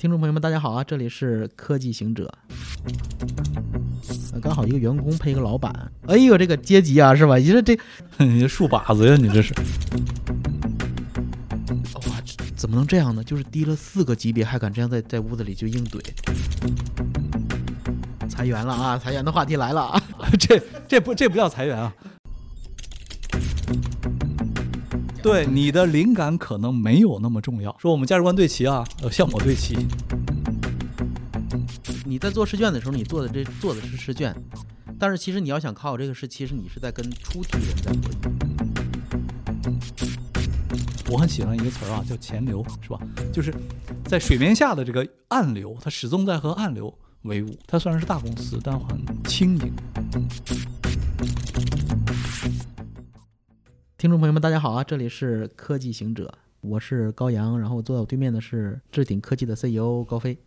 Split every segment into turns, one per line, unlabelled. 听众朋友们，大家好啊！这里是科技行者。呃刚好一个员工配一个老板，哎呦，这个阶级啊，是吧？你说这
你这树靶子呀，你这是
哇，这怎么能这样呢？就是低了四个级别，还敢这样在在屋子里就硬怼。裁员了啊！裁员的话题来了啊！
这这不这不叫裁员啊？对，你的灵感可能没有那么重要。说我们价值观对齐啊，呃，像我对齐，
你在做试卷的时候，你做的这做的是试卷，但是其实你要想考好这个试，其实你是在跟出题人在博弈。
我很喜欢一个词儿啊，叫潜流，是吧？就是在水面下的这个暗流，它始终在和暗流为伍。它虽然是大公司，但很轻盈。
听众朋友们，大家好啊！这里是科技行者，我是高阳，然后坐在我对面的是智鼎科技的 CEO 高飞，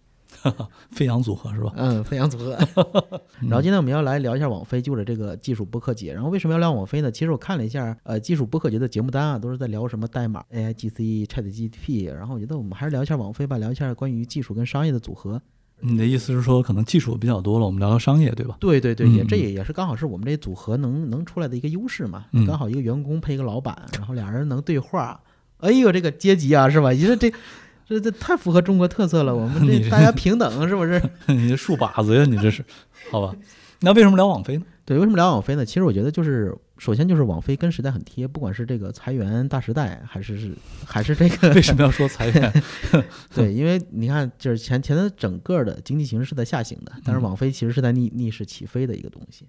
飞扬组合是吧？
嗯，飞扬组合。然后今天我们要来聊一下网飞，就是这个技术播客节。然后为什么要聊网飞呢？其实我看了一下，呃，技术播客节的节目单啊，都是在聊什么代码、AIGC、ChatGPT。然后我觉得我们还是聊一下网飞吧，聊一下关于技术跟商业的组合。
嗯你的意思是说，可能技术比较多了，我们聊聊商业，对吧？
对对对，也这
嗯
也也是刚好是我们这组合能能出来的一个优势嘛。
嗯
刚好一个员工配一个老板，然后俩人能对话。哎呦，这个阶级啊，是吧？你说这。这这太符合中国特色了，我 们这
你这
大家平等是不是？
你这树靶子呀，你这是，好吧？那为什么聊网飞呢？
对，为什么聊网飞呢？其实我觉得就是，首先就是网飞跟时代很贴，不管是这个裁员大时代，还是是还是这个
为什么要说裁员？
对，因为你看，就是前前的整个的经济形势是在下行的，但是
嗯
网飞其实是在逆逆势起飞的一个东西。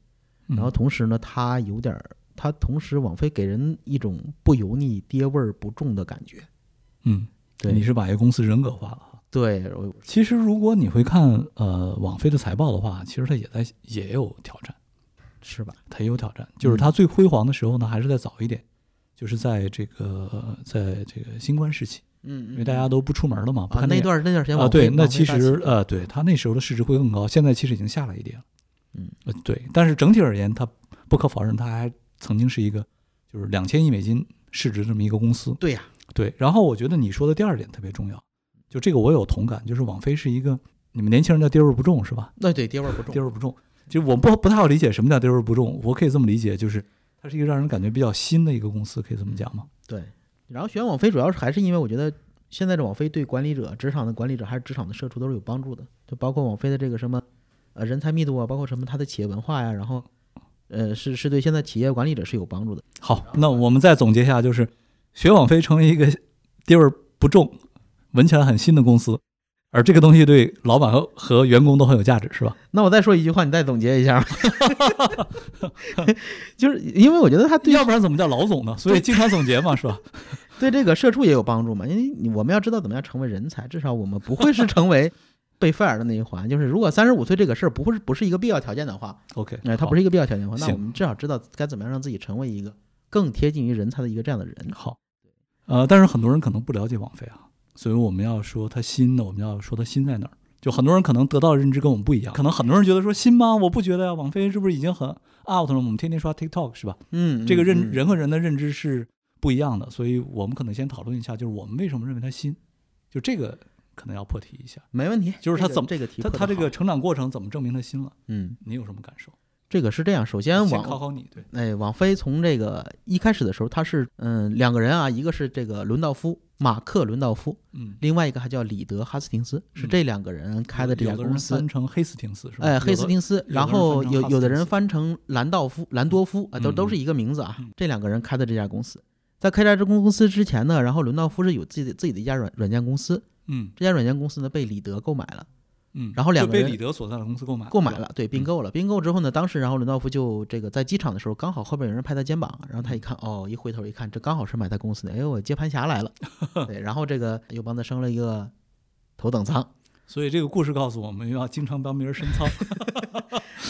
嗯
然后同时呢，它有点儿，它同时网飞给人一种不油腻、爹味儿不重的感觉。
嗯，
对，
你是把一个公司人格化了哈。
对，我
其实如果你会看呃网飞的财报的话，其实它也在也有挑战，
是吧？
它也有挑战。就是
嗯
它最辉煌的时候呢，还是再早一点，就是在这个呃在这个新冠时期，
嗯，
因为大家
都
都不出门了嘛，不
啊
看
那
电影
段那段时间
啊，
网飞
对，那
网飞
其
大
实
起
呃，对它那时候的市值会更高，现在其实已经下来一点了。
嗯
呃，对，但是整体而言，它不可否认，它还曾经是一个就是两千亿美金市值这么一个公司。
对呀、
对，然后我觉得你说的第二点特别重要，就这个我有同感，就是网飞是一个你们年轻人叫爹味儿不重是吧？
那对爹味儿不重
爹。味儿不重，就我不不太好理解什么叫爹味儿不重，我可以这么理解，就是它是一个让人感觉比较新的一个公司，可以这么讲吗？
对，然后选网飞主要是还是因为我觉得现在的网飞对管理者、职场的管理者还是职场的社畜都是有帮助的，就包括网飞的这个什么呃人才密度啊，包括什么它的企业文化呀、然后呃是是对现在企业管理者是有帮助的。
好，那我们再总结一下，就是学网飞成为一个爹味儿不重、闻起来很新的公司，而这个东西对老板和和员工都很有价值，是吧？
那我再说一句话，你再总结一下吧， 就是因为我觉得他对
要不然怎么叫老总呢？所以经常总结嘛，是吧？
对这个社畜也有帮助嘛，因为你我们要知道怎么样成为人才，至少我们不会是成为被 fire 的那一环。就是如果三十五岁这个事儿不会是不是一个必要条件的话，
OK，
哎，它
好
不是一个必要条件的话，那
行
我们至少知道该怎么样让自己成为一个更贴近于人才的一个这样的人。
好，呃，但是很多人可能不了解网飞啊，所以我们要说它新的，我们要说它新在哪儿。就很多人可能得到的认知跟我们不一样，可能很多人觉得说新吗？我不觉得呀、网飞是不是已经很 out 了？我们天天刷 TikTok 是吧？
嗯，
这个认
嗯
人和人的认知是不一样的，所以我们可能先讨论一下，就是我们为什么认为它新，就这个可能要破题一下，
没问题，
就是他
这个
怎么
这个题
它
破得
它这个
好
成长过程怎么证明它新了？
嗯，
你有什么感受？
这个是这样，首先
先考
网。
考你，对，
哎，网飞从这个一开始的时候，他是嗯两个人啊，一个是这个伦道夫马克伦道夫，
嗯，
另外一个还叫里德哈斯廷斯，是
嗯
这两个人开的这家
有的
公
人
司
翻。成黑斯廷斯是吧？
哎，
有
黑
的
斯廷斯，
有
然
的人
后
翻成
有
哈斯
有的
廷
人
斯
翻成兰道夫、兰多夫啊，都都是
嗯
一个名字啊
嗯。
这两个人开的这家公司，在开这家公司之前呢，然后伦道夫是有自己的自己的一家软软件公司，
嗯
这家软件公司呢被里德购买了，
嗯，
然后两
就
个
被
人
里德所在的公司购买
购买
对吧
了，对，并购了，并购之后呢，当时然后伦道夫就这个在机场的时候，刚好后边有人拍他肩膀，然后他一看，哦，一回头一看，这刚好是买他公司的，哎呦，我接盘侠来了， 对，然后这个又帮他升了一个头等舱，
所以这个故事告诉我们要经常帮别人深 操。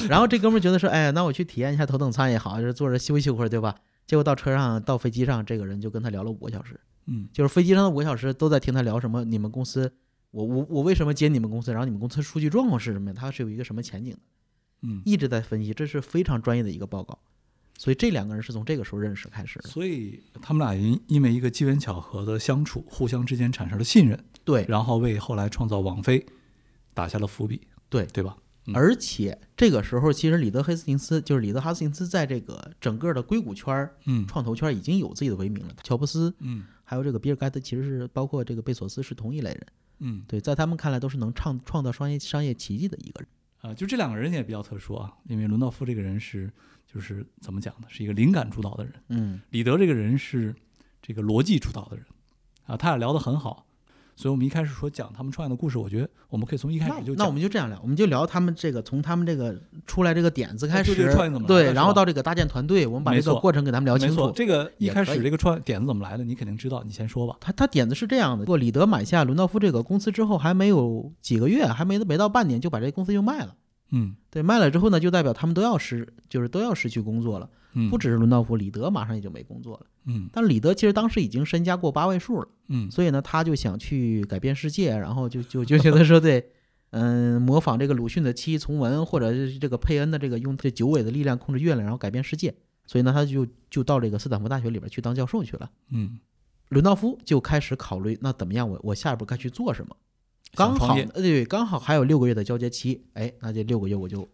然后这哥们儿觉得说，哎，那我去体验一下头等舱也好，就是坐着休息一会儿，对吧？结果到车上，到飞机上，这个人就跟他聊了五个小时，
嗯
就是飞机上的五个小时都在听他聊什么，你们公司，我我我为什么接你们公司，然后你们公司数据状况是什么样，它是有一个什么前景的，
嗯，
一直在分析，这是非常专业的一个报告。所以这两个人是从这个时候认识开始的，
所以他们俩因因为一个机缘巧合的相处，互相之间产生了信任，
对
然后为后来创造网飞打下了伏笔，
对
对吧？嗯
而且这个时候，其实里德黑斯廷斯就是里德哈斯廷斯在这个整个的硅谷圈儿、
嗯
创投圈儿已经有自己的威名了。乔布斯
嗯
还有这个比尔盖茨，其实是包括这个贝索斯是同一类人，
嗯
对，在他们看来都是能创创造商业商业奇迹的一个人。
啊、就这两个人也比较特殊啊，因为伦道夫这个人是就是怎么讲呢？是一个灵感主导的人，
嗯，
李德这个人是这个逻辑主导的人啊，他俩聊得很好。所以，我们一开始说讲他们创业的故事，我觉得我们可以从一开
那
始就
那我
讲。
们就这样聊，我们就聊他们这个从他们这个出来这个点子开
哎就
始，
这个创意怎么来的
对，
是
然后
吧
到这个搭建团队，我们把
没
这个
错
过程给他们聊
没
清
错，
楚。
这个一
也
开
可
始
以
这个创点子怎么来的，你肯定知道，你先说吧。
他他点子是这样的：，过里德买下伦道夫这个公司之后，还没有几个月，还没没到半年，就把这公司就卖了。
嗯
对，卖了之后呢，就代表他们都要失，就是都要失去工作了。
嗯，
不只是伦道夫，里德马上也就没工作了。
嗯
但里德其实当时已经身家过八位数了，
嗯
所以呢，他就想去改变世界，然后就就就觉得说对。嗯，模仿这个鲁迅的七从文，或者是这个佩恩的这个用这九尾的力量控制月亮，然后改变世界。所以呢，他就就到这个斯坦福大学里边去当教授去了。
嗯，
伦道夫就开始考虑，那怎么样我我下一步该去做什么？刚
想
好
创业
呃对，刚好还有六个月的交接期，哎，那这六个月我就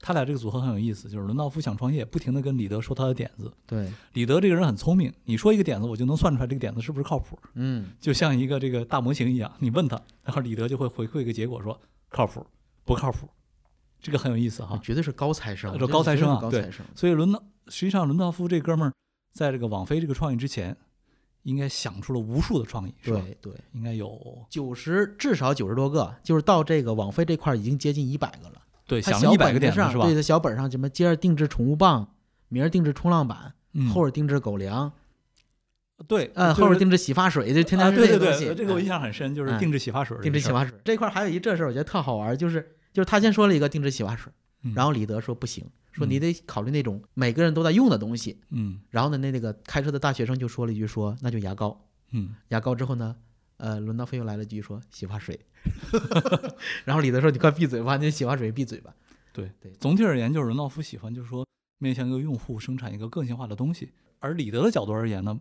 他俩这个组合很有意思，就是伦道夫想创业，不停的跟李德说他的点子。
对，
李德这个人很聪明，你说一个点子，我就能算出来这个点子是不是靠谱，
嗯，
就像一个这个大模型一样，你问他，然后李德就会回馈一个结果说靠谱不靠谱，这个很有意思哈。
绝对是高材生，
啊
我
这
觉得
高材
绝对
生
是
啊
高
对
材生，
所以伦道实际上伦道夫这哥们儿在这个网飞这个创意之前，应该想出了无数的创意，是吧？
对对，
应该有
九十至少九十多个，就是到这个网飞这块儿已经接近一百个了。
对
他
想
小
了一百
本
个
子
点子
上
是吧
对，？他小本上什么今儿定制宠物棒，明儿定制冲浪板，
嗯
后边定制狗粮，
对
呃，
就是
后边定制洗发水，就天
啊
天是
对对
个东西。
对，这个我
哎
印象很深，就是
哎
定制洗发水儿这
定
个
制
事
洗
儿，
发水这块儿还有一这事儿，我觉得特好玩儿，就是就是他先说了一个定制洗发水，
嗯
然后李德说不行，说
嗯
你得考虑那种每个人都在用的东西。
嗯
然后呢，那那个开车的大学生就说了一句说那就牙膏，
嗯，
牙膏之后呢。呃，轮到飞又来了一句说洗发水， 然后李德说你快闭嘴吧，你洗发水闭嘴吧。
总体而言，就是伦道夫喜欢就是说面向一个用户生产一个个性化的东西，而李德的角度而言呢，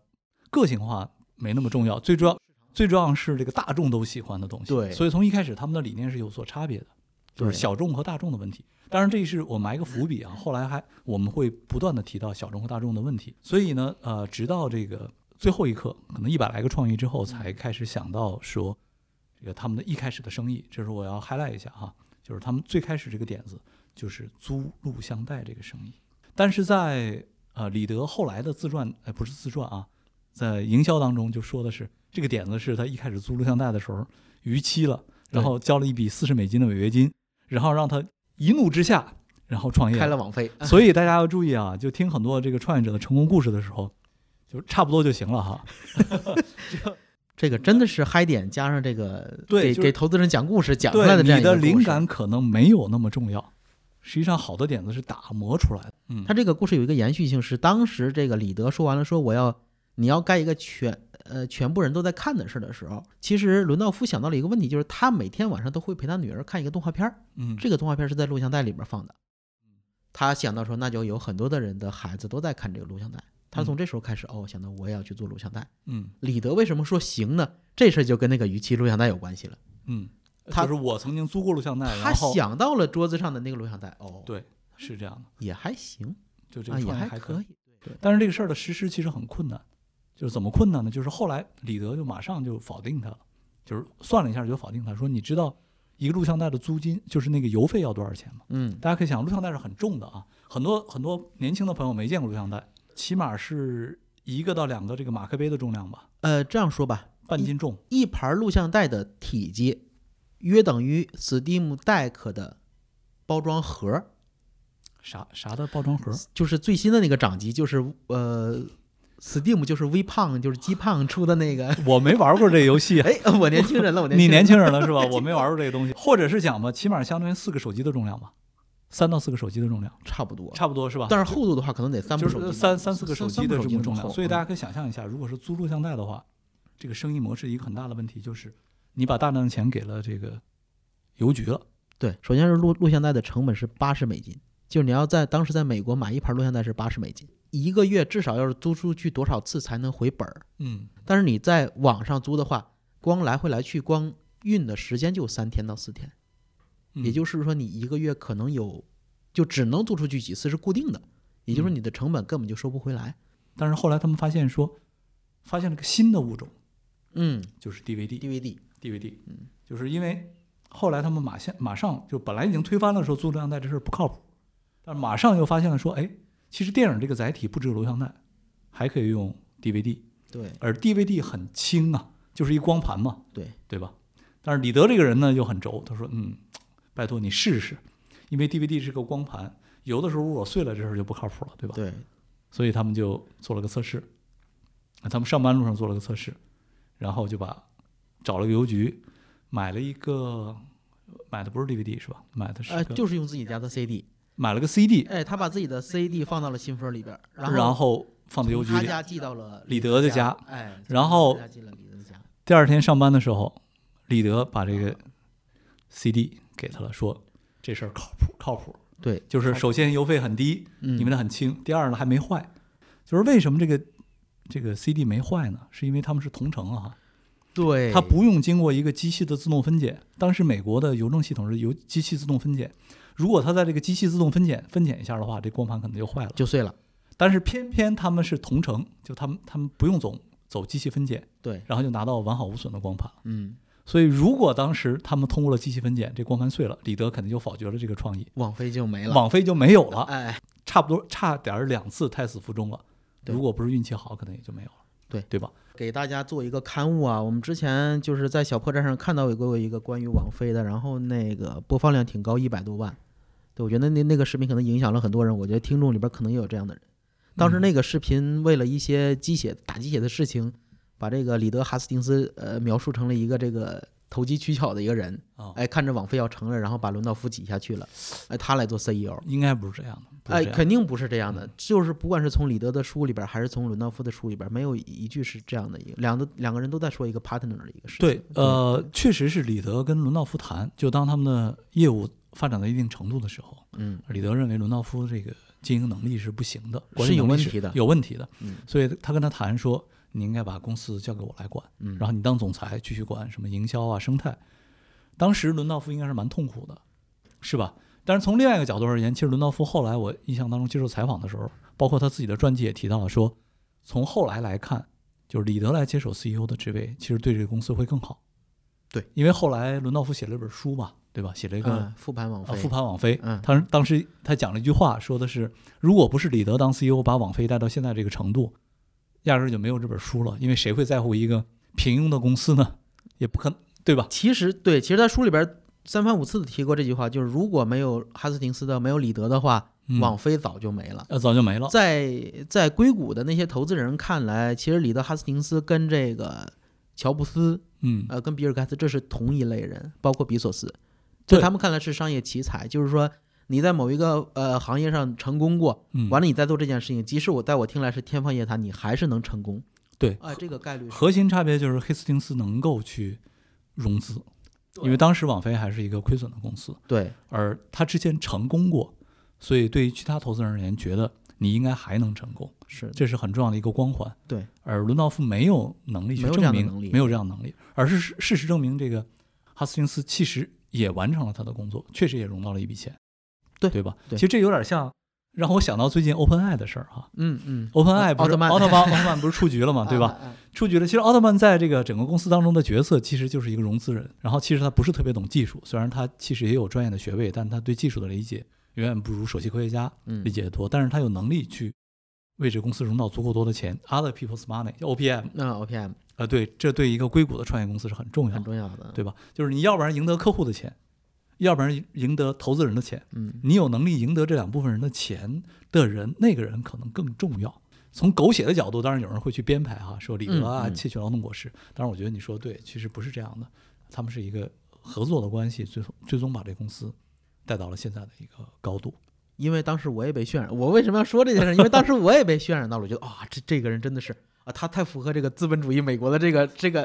个性化没那么重要，最重要最重要是这个大众都喜欢的东西。
对
所以从一开始他们的理念是有所差别的，就是
对
小众和大众的问题。当然，这是我埋个伏笔啊，后来还我们会不断的提到小众和大众的问题。所以呢，呃，直到这个最后一刻，可能一百来个创意之后，才开始想到说这个他们的一开始的生意，这是我要 highlight 一下哈，就是他们最开始这个点子就是租录像带这个生意，但是在呃李德后来的自传，哎、不是自传啊，在营销当中就说的是这个点子是他一开始租录像带的时候逾期了，
对
然后交了一笔四十美金的违约金，然后让他一怒之下，然后创业
开了网 飞，
所以大家要注意啊，就听很多这个创业者的成功故事的时候，就差不多就行了哈。
这个真的是嗨点加上这个
对
给
就是
给投资人讲故事讲出来
对，
的这样
你
一个
的
故事
灵。感可能没有那么重要，实际上好的点子是打磨出来的。嗯，
他这个故事有一个延续性，是当时这个李德说完了说我要你要干一个全呃全部人都在看的事儿的时候，其实伦道夫想到了一个问题，就是他每天晚上都会陪他女儿看一个动画片儿，
嗯
这个动画片儿是在录像带里边放的。他想到说，那就有很多的人的孩子都在看这个录像带。他从这时候开始，哦，想到我也要去做录像带。
嗯
李德为什么说行呢？这事儿就跟那个逾期录像带有关系了。
嗯，
他
就是我曾经租过录像带，
他
然后
想到了桌子上的那个录像带，哦，
对是这样的，
也还行
就这
啊，
个
也
创业
还
还
可
以。
以。
但是这个事儿的实施其实很困难，就是怎么困难呢？就是后来李德就马上就否定他了，就是算了一下就否定他说，你知道一个录像带的租金就是那个邮费要多少钱吗？
嗯，
大家可以想，录像带是很重的啊，很多很多年轻的朋友没见过录像带，起码是一个到两个这个马克杯的重量吧，
呃，这样说吧，
半斤重。
一盘录像带的体积约等于 Steam Deck 的包装盒，
啥啥的包装盒，
就是最新的那个掌机，就是呃，Steam 就是 V 胖，就是鸡胖出的那个。，
我没玩过这游戏啊
哎，我年轻人了，我年
你年
轻
轻人了是吧？我没玩过这个东西， 或者是讲吧，起码相当于四个手机的重量吧，三到四个手机的重量，
人差不多，
差不多是吧？
但是厚度的话可能得三部
就
手机
是
吧，
三三四个手
三
机的
部
这
那
么
么
重量，
厚
所以大家
嗯
可以想象一下，如果是租录像带的话，这个生意模式一个很大的问题就是，你把大量的钱给了这个邮局了，
对，首先是录录像带的成本是八十美金，就是你要在当时在美国买一盘录像带是八十美金，一个月至少要是租出去多少次才能回本儿？
嗯，
但是你在网上租的话，光来回来去，光运的时间就三天到四天，也
嗯
就是说你一个月可能有，就只能租出去几次是固定的，也就是说
嗯
你的成本根本就收不回来。
但是后来他们发现说，发现了个新的物种，
嗯
就是 DVD。
，DVD，
DVD，
嗯
就是因为后来他们马上马上就本来已经推翻了说租录像带这事儿不靠谱，但马上又发现了说，哎，其实电影这个载体不只有录像带，还可以用 DVD，
对
而 DVD 很轻啊，就是一光盘嘛，
对，
对吧？但是李德这个人呢又很轴，他说：“嗯，拜托你试试，因为 DVD 是个光盘，有的时候如果碎了，这事儿就不靠谱了，对吧？”
对，
所以他们就做了个测试，啊他们上班路上做了个测试，然后就把找了个邮局，买了一个，买的不是 DVD 是吧？买的是
呃，
个
就是用自己家的 CD，
买了个 CD，
哎，他把自己的 CD 放到了信封里边儿，后
然后放到邮
从
局
他
里。
家寄到了
李德的
家
家，
哎，从
然后
他家寄了李德的家，
第二天上班的时候，李德把这个 CD 给他了，说这事儿靠谱，靠谱。
对，
就是首先邮费很低，
嗯，
你们的很轻；第二呢还没坏。就是为什么这个这个 CD 没坏呢？是因为他们是同城啊哈。
对，
它不用经过一个机器的自动分解。当时美国的邮政系统是由机器自动分解，如果它在这个机器自动分解分解一下的话，这光盘可能就坏了。
就碎了，
但是偏偏他们是同城，就他们他们不用走走机器分解，
对，
然后就拿到完好无损的光盘了。
嗯，
所以如果当时他们通过了机器分解，这光盘碎了，李德肯定就否决了这个创意，
网飞就没了，
网飞就没有了，
哎，
差不多差点儿两次胎死腹中了。
对
如果不是运气好，可能也就没有了。
对
对吧？
给大家做一个刊物啊，我们之前就是在小破站上看到有过一个关于网飞的，然后那个播放量挺高，一百多万，对我觉得那那个视频可能影响了很多人，我觉得听众里边可能也有这样的人。当时那个视频为了一些鸡血打鸡血的事情，把这个里德哈斯汀斯呃描述成了一个这个投机取巧的一个人，
啊、
哎，看着网飞要成了，然后把轮到夫挤下去了，哎，他来做 CEO，
应该不是这样的。不是
哎，
这样的嗯
肯定不是这样的，就是不管是从李德的书里边儿，还是从伦道夫的书里边儿，没有一句是这样的一个，两个两个人都在说一个 partner 的一个事情。嗯
对，呃，确实是李德跟伦道夫谈，就当他们的业务发展到一定程度的时候，
嗯，
李德认为伦道夫这个经营能力是不行的，管
是
理
有
能力
问题的
有问题的，
嗯
所以他跟他谈说，你应该把公司交给我来管，
嗯
然后你当总裁继续管什么营销啊、生态。当时伦道夫应该是蛮痛苦的，是吧？但是从另外一个角度而言，其实伦道夫后来我印象当中接受采访的时候，包括他自己的传记也提到了说，从后来来看，就是李德来接手 CEO 的职位，其实对这个公司会更好。
对，
因为后来伦道夫写了一本书嘛，对吧？写了一个、
嗯，复盘网
啊，
飞，
复盘网飞，
嗯
他当时他讲了一句话，说的是，如果不是李德当 CEO 把网飞带到现在这个程度，压根儿就没有这本书了，因为谁会在乎一个平庸的公司呢？也不可能，对吧？
其实对，其实他书里边儿三番五次的提过这句话，就是如果没有哈斯廷斯的，没有李德的话，
嗯、
网飞早就没了。
呃早就没了，
在在硅谷的那些投资人看来，其实李德哈斯廷斯跟这个乔布斯
嗯，
呃，跟比尔盖茨这是同一类人，包括比索斯，
对
在他们看来是商业奇才，就是说你在某一个呃行业上成功过，
嗯
完了你再做这件事情，即使我在我听来是天方夜谭，你还是能成功。
对，
啊、这个概率是
核心差别就是黑斯汀斯能够去融资，因为当时网飞还是一个亏损的公司，
对
而他之前成功过，所以对于其他投资人而言，觉得你应该还能成功，
是
这是很重要的一个光环。
对，
而伦道夫没有能力去
没有这
证
样的
明
能力
没有这样的能力，而是事事实证明，这个哈斯汀斯其实也完成了他的工作，确实也融到了一笔钱，
对
对吧？
对
其实这有点像让我想到最近 OpenAI 的事儿哈。
嗯嗯，
OpenAI 不
奥
是
特曼
奥特曼，奥特曼不是出局 了嘛，对吧？
啊？啊啊
出局了。其实奥特曼在这个整个公司当中的角色，其实就是一个融资人。然后其实他不是特别懂技术，虽然他其实也有专业的学位，但他对技术的理解远远不如首席科学家
嗯
理，解的多。但是他有能力去为这个公司融到足够多的钱，other people's money 叫 OPM。
那 OPM
呃，对，这对一个硅谷的创业公司是很重要
很
的，
重要的，
对吧？就是你要不然赢得客户的钱，要不然赢得投资人的钱。
嗯，
你有能力赢得这两部分人的钱的人，那个人可能更重要。从狗血的角度，当然有人会去编排哈、说李德啊
嗯嗯
窃取劳动果实。当然，我觉得你说得对，其实不是这样的，他们是一个合作的关系，最终最终把这公司带到了现在的一个高度。
因为当时我也被渲染，我为什么要说这件事？因为当时我也被渲染到了，我觉得啊、这这个人真的是啊，他太符合这个资本主义美国的这个这 个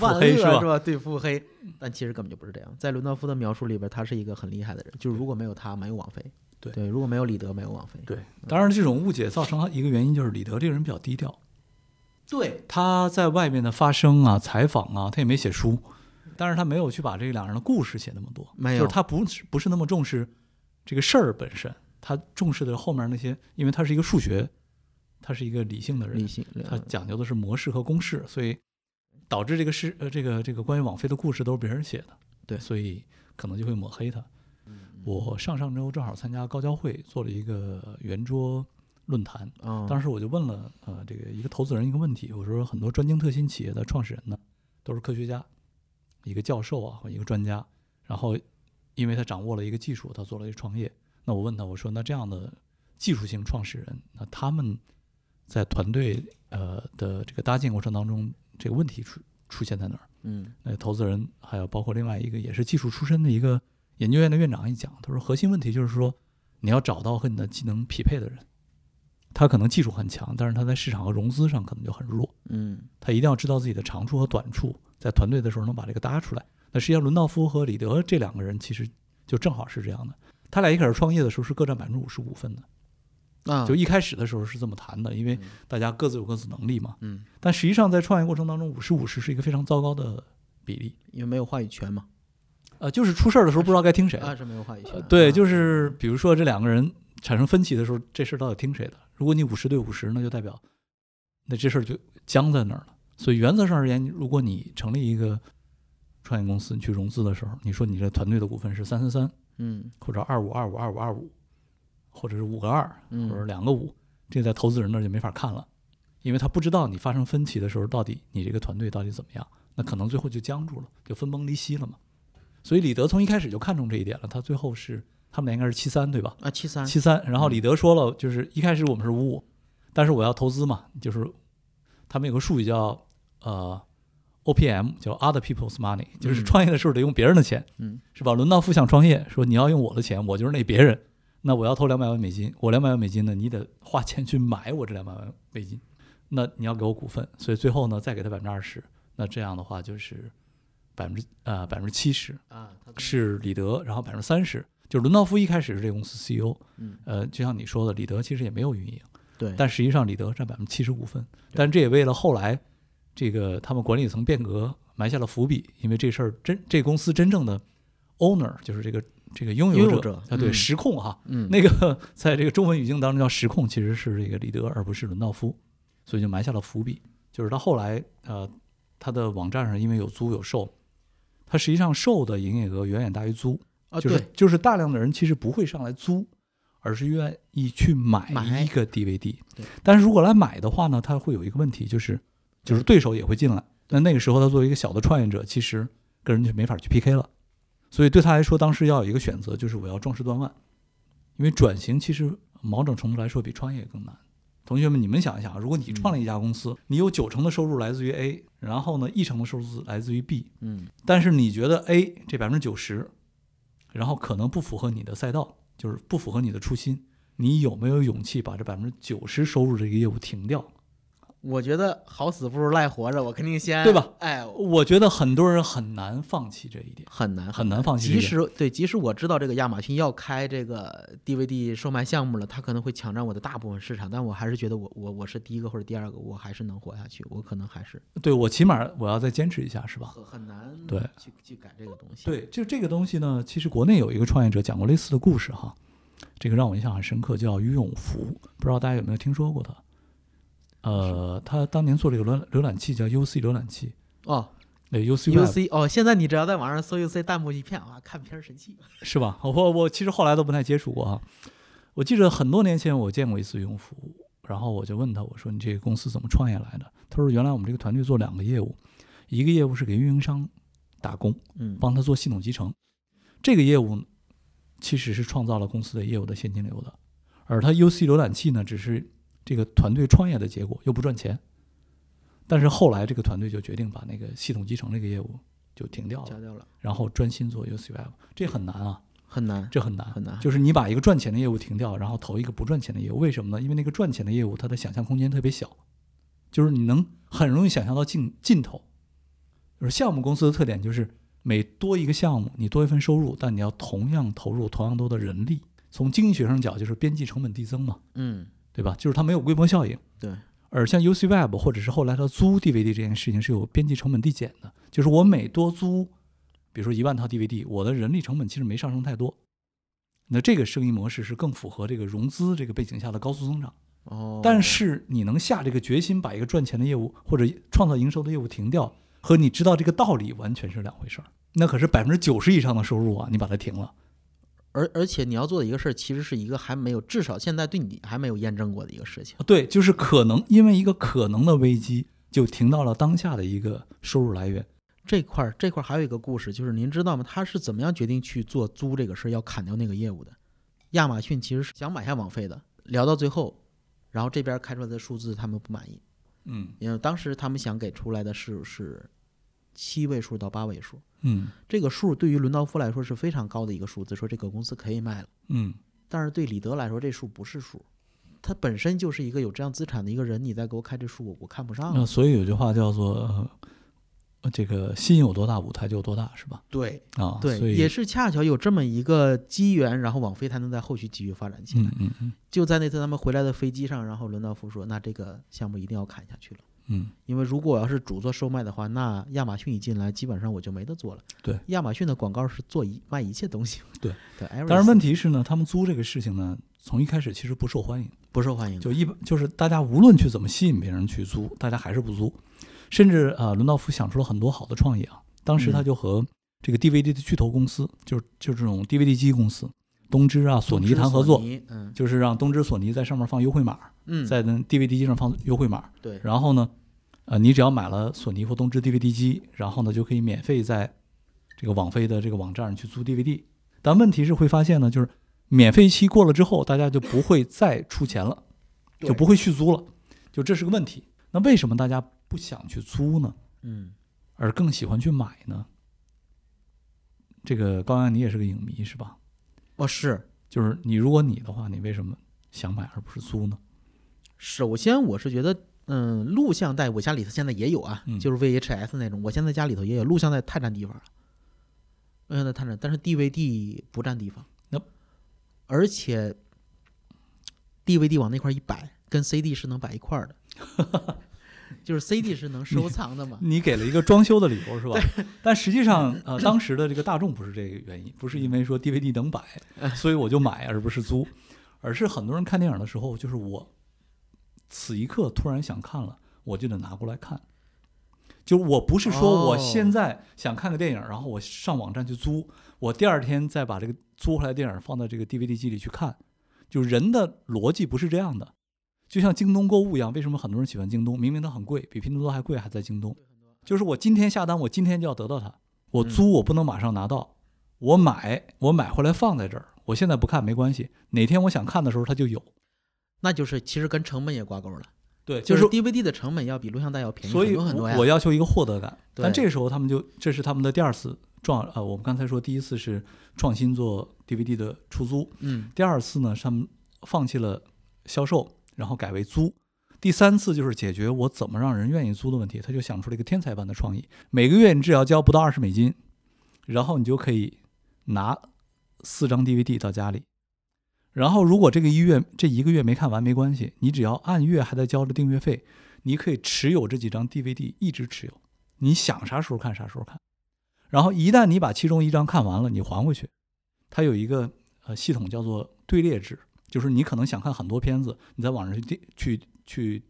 万恶
黑是吧
吧？对，腹黑。但其实根本就不是这样，在伦道夫的描述里边，他是一个很厉害的人，就是如果没有他，没有网飞。
对
如果没
嗯
有李德，没有网飞。
对，当然这种误解造成一个原因就是李德这个人比较低调，
对，
他在外面的发声啊、采访啊，他也没写书，但是他没有去把这两人的故事写那么多，
没有
就是他不是不是那么重视这个事儿本身，他重视的是后面那些，因为他是一个数学，他是一个理性的
理
人，
性，
他讲究的是模式和公式，所以导致这个事呃这个这个关于网飞的故事都是别人写的，
对
所以可能就会抹黑他。
嗯
我上上周正好参加高交会，做了一个圆桌论坛，
啊，
当时我就问了呃这个一个投资人一个问题，我说很多专精特新企业的创始人呢，都是科学家，一个教授啊或一个专家，然后因为他掌握了一个技术，他做了一个创业。那我问他，我说那这样的技术型创始人，那他们在团队呃的这个搭建过程当中，这个问题出出现在哪儿？
嗯
那投资人还有包括另外一个也是技术出身的一个研究院的院长一讲，他说核心问题就是说你要找到和你的技能匹配的人，他可能技术很强，但是他在市场和融资上可能就很弱，
嗯
他一定要知道自己的长处和短处，在团队的时候能把这个搭出来。那实际上，伦道夫和李德这两个人其实就正好是这样的。他俩一开始创业的时候是各占百分之五十股份的，
啊，
就一开始的时候是这么谈的，因为大家各自有各自能力嘛。
嗯，
但实际上在创业过程当中，五十五十是一个非常糟糕的比例。
因为没有话语权嘛，
呃，就是出事儿的时候不知道该听谁的。
啊是没有话语权
呃，对，
啊
就是比如说这两个人产生分歧的时候，这事儿到底听谁的？如果你五十对五十，那就代表那这事儿就僵在那儿了。所以原则上而言，如果你成立一个创业公司，你去融资的时候，你说你这团队的股份是三三三，
嗯
或者二五二五二五二五，或者是五个二，或者
嗯
两个五，这在投资人那儿就没法看了，因为他不知道你发生分歧的时候，到底你这个团队到底怎么样，那可能最后就僵住了，就分崩离析了嘛。所以李德从一开始就看中这一点了，他最后是他们俩应该是七三对吧？
啊七三
七三，然后李德说了，就是一开始我们是五五，但是我要投资嘛，就是他们有个术语叫呃 OPM，叫 Other People's Money，就是
嗯
创业的时候得用别人的钱，
嗯
是吧？轮到富想创业，说你要用我的钱，我就是那别人，那我要投两百万美金，我两百万美金呢，你得花钱去买我这两百万美金，那你要给我股份，所以最后呢再给他百分之二十，那这样的话就是百分之呃百分之七十
啊他跟
是李德，然后百分之三十就是伦道夫一开始是这个公司 CEO，
嗯
呃，就像你说的，李德其实也没有运营，
对
但实际上李德占百分之七十五分，但这也为了后来这个他们管理层变革埋下了伏笔，因为这事儿真这公司真正的 owner 就是这个这个拥
拥
者
有者
啊，对、
嗯
实控哈，
嗯
那个在这个中文语境当中叫实控，其实是这个李德而不是伦道夫，所以就埋下了伏笔。就是到后来，呃，他的网站上因为有租有售，他实际上售的营业额远远大于租，
啊
就是
对
就是大量的人其实不会上来租，而是愿意去买
买
一个 DVD
对。
但是如果来买的话呢，它会有一个问题，就是就是对手也会进来。那那个时候，他作为一个小的创业者，其实跟人就没法去 PK 了。所以对他来说，当时要有一个选择，就是我要壮士断腕，因为转型其实某种程度来说比创业更难。同学们，你们想一想啊，如果你
嗯
创了一家公司，你有九成的收入来自于 A，然后呢，一成的收入来自于 B，
嗯
但是你觉得 A 这百分之九十，然后可能不符合你的赛道，就是不符合你的初心，你有没有勇气把这百分之九十收入这个业务停掉？
我觉得好死不如赖活着，我肯定先
对吧？
哎，
我觉得很多人很难放弃这一点，
很难
很难放弃这
即
一点。
使对，即使我知道这个亚马逊要开这个 DVD 售卖项目了，它可能会抢占我的大部分市场，但我还是觉得我我我是第一个或者第二个，我还是能活下去，我可能还是
对我起码我要再坚持一下，是吧？
很很难
对
去去改这个东西。，
对，就这个东西呢，其实国内有一个创业者讲过类似的故事哈，这个让我印象很深刻，叫于永福，不知道大家有没有听说过他？呃，他当年做了一个浏浏览器叫 UC 浏览器，
哦
那 UC Web
，UC 哦，现在你只要在网上搜 UC 弹幕一片，哇，看片儿神器。
是吧？我我其实后来都不太接触过啊。我记得很多年前我见过一次用服务，然后我就问他，我说你这个公司怎么创业来的？他说原来我们这个团队做两个业务，一个业务是给运营商打工，
嗯
帮他做系统集成，这个业务其实是创造了公司的业务的现金流的，而他 UC 浏览器呢，只是这个团队创业的结果，又不赚钱。但是后来这个团队就决定把那个系统集成这个业务就停掉了
强，调了，
然后专心做 UC Web，这很难啊。
很难
这很难，
很难
就是你把一个赚钱的业务停掉，然后投一个不赚钱的业务，为什么呢？因为那个赚钱的业务它的想象空间特别小，就是你能很容易想象到尽尽头。就是项目公司的特点就是每多一个项目，你多一份收入，但你要同样投入同样多的人力。从经济学上讲，就是边际成本递增嘛，
嗯
对吧？就是它没有规模效应。
对。
而像 UC Web 或者是后来它租 DVD 这件事情是有边际成本递减的，就是我每多租，比如说一万套 DVD，我的人力成本其实没上升太多。那这个生意模式是更符合这个融资这个背景下的高速增长。
哦，
但是你能下这个决心把一个赚钱的业务或者创造营收的业务停掉，和你知道这个道理完全是两回事儿。那可是百分之九十以上的收入啊，你把它停了。
而而且你要做的一个事儿，其实是一个还没有，至少现在对你还没有验证过的一个事情。
对，就是可能因为一个可能的危机，就停到了当下的一个收入来源。
这块儿这块儿还有一个故事，就是您知道吗？他是怎么样决定去做租这个事儿，要砍掉那个业务的？亚马逊其实是想买下网飞的，聊到最后，然后这边开出来的数字他们不满意，
嗯
因为当时他们想给出来的是是七位数到八位数，
嗯
这个数对于伦道夫来说是非常高的一个数字，说这个公司可以卖了。
嗯
但是对李德来说，这数不是数，他本身就是一个有这样资产的一个人，你再给我开这数，我我看不上。
那所以有句话叫做、呃呃这个心有多大，舞台就有多大，是吧？
对
啊，
对
所，以
也是恰巧有这么一个机缘，然后网飞才能在后续继续发展起来。
嗯嗯嗯
就在那次他们回来的飞机上，然后伦道夫说：“那这个项目一定要砍下去了，
嗯，
因为如果我要是主做售卖的话，那亚马逊一进来，基本上我就没得做了。”
对，
亚马逊的广告是做一卖一切东西。
对
对，
但是问
题
题是呢，他们租这个事情呢，从一开始其实不受欢迎。
不受欢迎的。
就一般就是大家无论去怎么吸引别人去租，大家还是不租。甚至啊、呃，伦道夫想出了很多好的创意啊。当时他
嗯
就和这个 DVD 的巨头公司，就是就是这种 DVD 机公司，东芝啊、索尼谈合作
索，尼，嗯
就是让东芝、索尼在上面放优惠码，
嗯，
在那 DVD 机上放优惠码。
对
然后呢，呃，你只要买了索尼或东芝 DVD 机，然后呢就可以免费在这个网飞的这个网站上去租 DVD。但问题是会发现呢，就是免费期过了之后，大家就不会再出钱了，
对
就不会续租了，就这是个问题。那为什么大家不想去租呢，
嗯
而更喜欢去买呢？这个高阳，你也是个影迷是吧？
哦是，
就是你，如果你的话，你为什么想买而不是租呢？
首先，我是觉得，嗯，录像带我家里头现在也有啊，
嗯
就是 VHS 那种，我现在家里头也有录像带，太占地方了。录像带太占，但是 DVD 不占地方。
Nope
而且 DVD 往那块一摆，跟 CD 是能摆一块儿的， 就是 CD 是能收藏的嘛。
你给了一个装修的理由是吧？但实际上，呃，当时的这个大众不是这个原因，不是因为说 DVD 能摆，所以我就买，而不是租，而是很多人看电影的时候，就是我此一刻突然想看了，我就得拿过来看。就我不是说我
哦
现在想看个电影，然后我上网站去租，我第二天再把这个租回来的电影放到这个 DVD 机里去看。就人的逻辑不是这样的，就像京东购物一样，为什么很多人喜欢京东？明明它很贵，比拼多多还贵，还在京东。就是我今天下单，我今天就要得到它。
嗯
我租我不能马上拿到，我买我买回来放在这儿，我现在不看没关系，哪天我想看的时候它就有。
那就是其实跟成本也挂钩了，
对，就
就是是 DVD 的成本要比录像带要便宜
呃所
很
以
多很多
我
呀
我。要求一个获得感。
对
但这时候他们就这是他们的第二次创呃，我们刚才说第一次是创新做 DVD 的出租，
嗯，
第二次呢，他们放弃了销售，然后改为租。第三次就是解决我怎么让人愿意租的问题，他就想出了一个天才般的创意：每个月你只要交不到二十美金，然后你就可以拿四张 DVD 到家里。然后如果这个一月这一个月没看完没关系，你只要按月还在交着订阅费，你可以持有这几张 DVD 一直持有，你想啥时候看啥时候看。然后一旦你把其中一张看完了，你还回去，它有一个呃系统叫做队列制，就是你可能想看很多片子，你在网上去订去去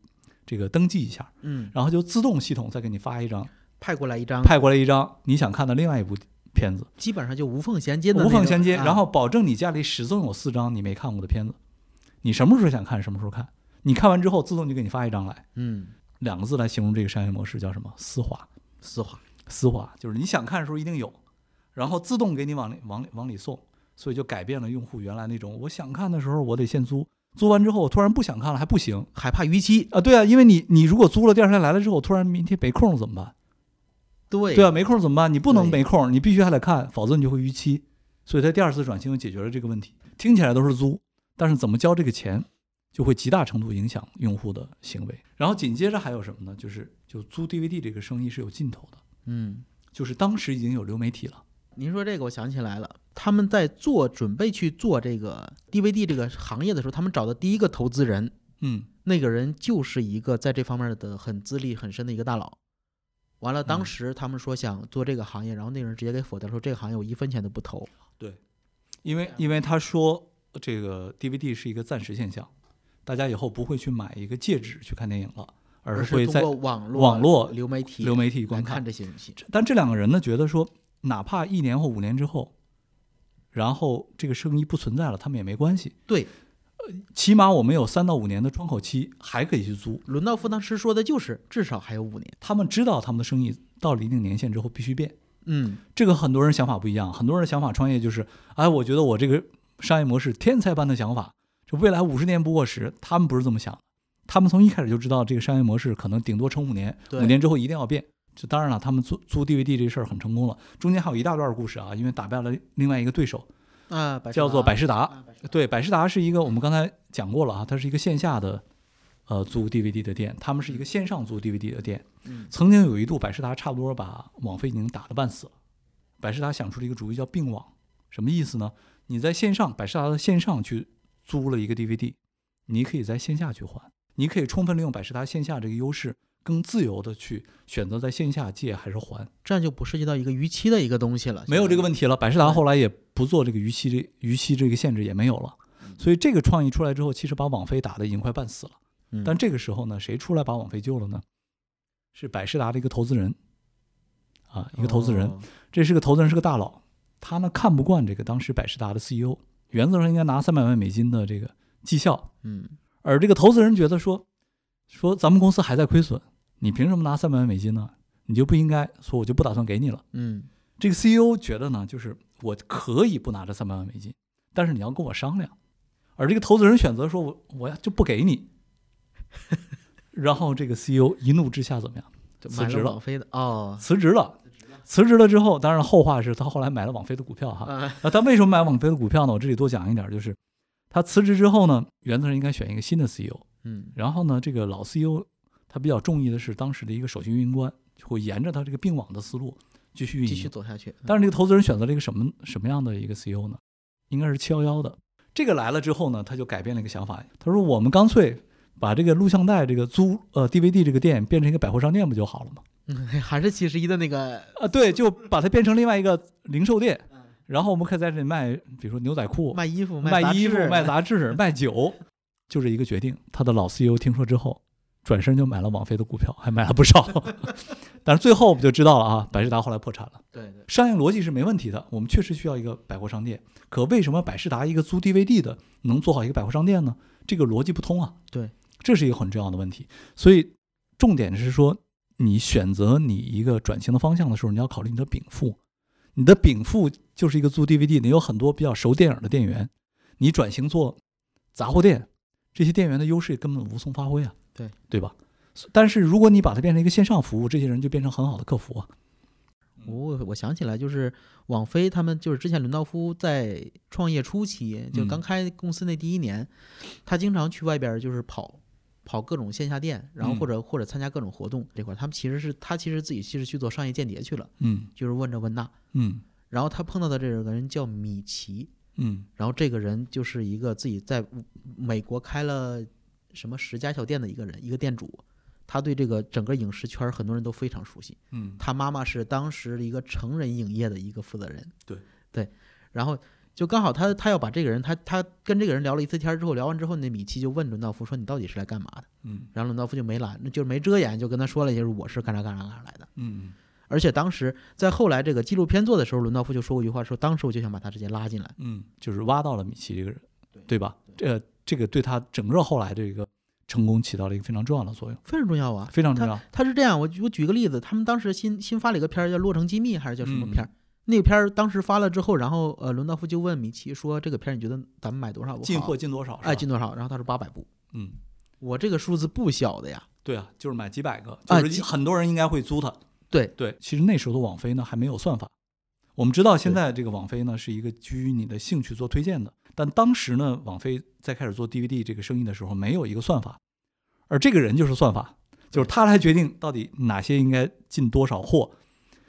这个登记一下，
嗯，
然后就自动系统再给你发一张，
派过来一张，
派过来一张你想看的另外一部片子，
基本上就无缝衔接的那
无
种。
缝衔接，
啊
然后保证你家里始终有四张你没看过的片子，你什么时候想看什么时候看，你看完之后自动就给你发一张来，
嗯，
两个字来形容这个商业模式叫什么？丝滑，
丝滑。
丝滑就是你想看的时候一定有，然后自动给你往里往里往里送，所以就改变了用户原来那种我想看的时候我得现租，租完之后我突然不想看了还不行
害怕逾期，
啊，对啊，因为你你如果租了第二天来了之后，突然明天没空了怎么办？
对
对啊，没空怎么办？你不能
对
没空，你必须还得看，否则你就会逾期。所以他第二次转型就解决了这个问题。听起来都是租，但是怎么交这个钱，就会极大程度影响用户的行为。然后紧接着还有什么呢？就是就租 DVD 这个生意是有尽头的，
嗯，
就是当时已经有流媒体了。
您说这个，我想起来了，他们在做准备去做这个 DVD 这个行业的时候，他们找的第一个投资人
嗯
那个人就是一个在这方面的很资历很深的一个大佬。完了，当
嗯
时他们说想做这个行业，然后那个人直接给否掉，说这个行业我一分钱都不投。
因为因为他说这个 DVD 是一个暂时现象，大家以后不会去买一个戒指去看电影了，而
是
会
通
在
过网络、
网络
流媒体、
流媒体观
来
看
看。这些东西。
这但这两个人呢，觉得说，哪怕一年或五年之后，然后这个生意不存在了，他们也没关系。
对，
起码我们有三到五年的窗口期，还可以去租。
伦道夫当时说的就是至少还有五年。
他们知道他们的生意到了一定年限之后必须变。
嗯，
这个很多人想法不一样，很多人想法创业就是，哎，我觉得我这个商业模式天才般的想法，这未来五十年不过时。他们不是这么想，他们从一开始就知道这个商业模式可能顶多撑五年，
对
五年之后一定要变。这当然了，他们租租 DVD 这事儿很成功了，中间还有一大段故事啊，因为打败了另外一个对手，
啊，百事
叫做百
事
事达。
达，
对，百事达是一个我们刚才讲过了啊，它是一个线下的呃租 DVD 的店，他们是一个线上租 DVD 的店。
嗯
曾经有一度，百事达差不多把网飞已经打得半死了。百事达想出了一个主意叫并网，什么意思呢？你在线上百事达的线上去租了一个 DVD，你可以在线下去还，你可以充分利用百事达线下这个优势，更自由的去选择在线下借还是还。
这样就不涉及到一个逾期的一个东西了，
没有这
题。
个问题了。百事达后来也不做这个逾期这逾期这个限制也没有了，所以这个创意出来之后，其实把网飞打得已经快半死了。
嗯
但这个时候呢，谁出来把网飞救了呢？是百事达的一个投资人，啊，一个投资人，
哦
这是个投资人，是个大佬，他呢看不惯这个当时百事达的 CEO，原则上应该拿三百万美金的这个绩效，
嗯，
而这个投资人觉得说，说咱们公司还在亏损，你凭什么拿三百万美金呢？你就不应该，说我就不打算给你了。
嗯，
这个 CEO 觉得呢，就是我可以不拿这三百万美金，但是你要跟我商量。而这个投资人选择说我我要就不给你， 然后这个 CEO 一怒之下怎么样？
就
辞
买
职
了
了
网飞的哦，
辞职了。辞职了之后，当然后话是他后来买了网飞的股 票哈。
啊，
那他为什么买网飞的股票呢？我这里多讲一点，就是他辞职之后呢，原则上应该选一个新的 CEO。
嗯
然后呢，这个老 CEO 他比较中意的是当时的一个首席运营官，就会沿着他这个并网的思路继续运营。
继续走下去。
但是这个投资人选择了一个什么什么样的一个 CEO 呢？应该是七幺幺的。这个来了之后呢，他就改变了一个想法，他说我们干脆把这个录像带这个租呃 DVD 这个店变成一个百货商店不就好了吗？
嗯， 还是七十一的那个
啊，对，就把它变成另外一个零售店，然后我们可以在这里卖，比如说牛仔裤、
嗯卖衣服、
卖
杂
衣服、
志
卖 杂志、卖酒，就这一个决定。他的老 CEO 听说之后，转身就买了网飞的股票，还买了不少。 但是最后我们就知道了啊，百事达后来破产了。
对对，
商业逻辑是没问题的，我们确实需要一个百货商店。可为什么百事达一个租 DVD 的能做好一个百货商店呢？这个逻辑不通啊。
对，
这是一个很重要的问题。所以重点是说，你选择你一个转型的方向的时候，你要考虑你的禀赋。你的禀赋就是一个租 DVD，你有很多比较熟电影的店员，你转型做杂货店，这些店员的优势根本无从发挥啊。
对，
对吧？但是如果你把它变成一个线上服务，这些人就变成很好的客服啊。
我我想起来，就是网飞他们就是之前伦道夫在创业初期，就
嗯
刚开公司那第一年，他经常去外边儿就是跑。跑各种线下店，然后
嗯
或者、或者参加各种活动这块儿，他们其实是他其实自己其实去做商业间谍去了，
嗯
就是问这问那。
嗯。
然后他碰到的这个人叫米奇，
嗯
然后这个人就是一个自己在美国开了什么十家小店的一个人，一个店主，他对这个整个影视圈儿很多人都非常熟悉。
嗯
他妈妈是当时的一个成人影业的一个负责人。
对
对，然后就刚好他他要把这个人，他他跟这个人聊了一次天儿之后，聊完之后，那米奇就问伦道夫说：“你到底是来干嘛的
嗯？”
然后伦道夫就没拦，就是没遮掩，就跟他说了一下：“我是干啥干啥干啥来的。
嗯”
而且当时在后来这个纪录片做的时候，伦道夫就说过一句话，说当时我就想把他直接拉进来。
嗯，就是挖到了米奇这个人，
对
对吧？这这个对他整个后来这个成功起到了一个非常重要的作用，
非常重要啊！
非常重要。
他是这样，我举我举个例子，他们当时新新发了一个片儿叫《落成机密》还是叫
嗯
什么片儿？那个片儿当时发了之后，然后呃，伦道夫就问米奇说：“这个片儿你觉得咱们买多少不好？
进货进多少？是吧
哎进多少？”然后他说八百部，
嗯，
我这个数字不小的呀。
对啊，就是买几百个，
啊
就是
几
很多人应该会租它。
对
对，其实那时候的网飞呢还没有算法，我们知道现在这个网飞呢是一个基于你的兴趣做推荐的，但当时呢，网飞在开始做 DVD 这个生意的时候没有一个算法，而这个人就是算法，就是他来决定到底哪些应该进多少货，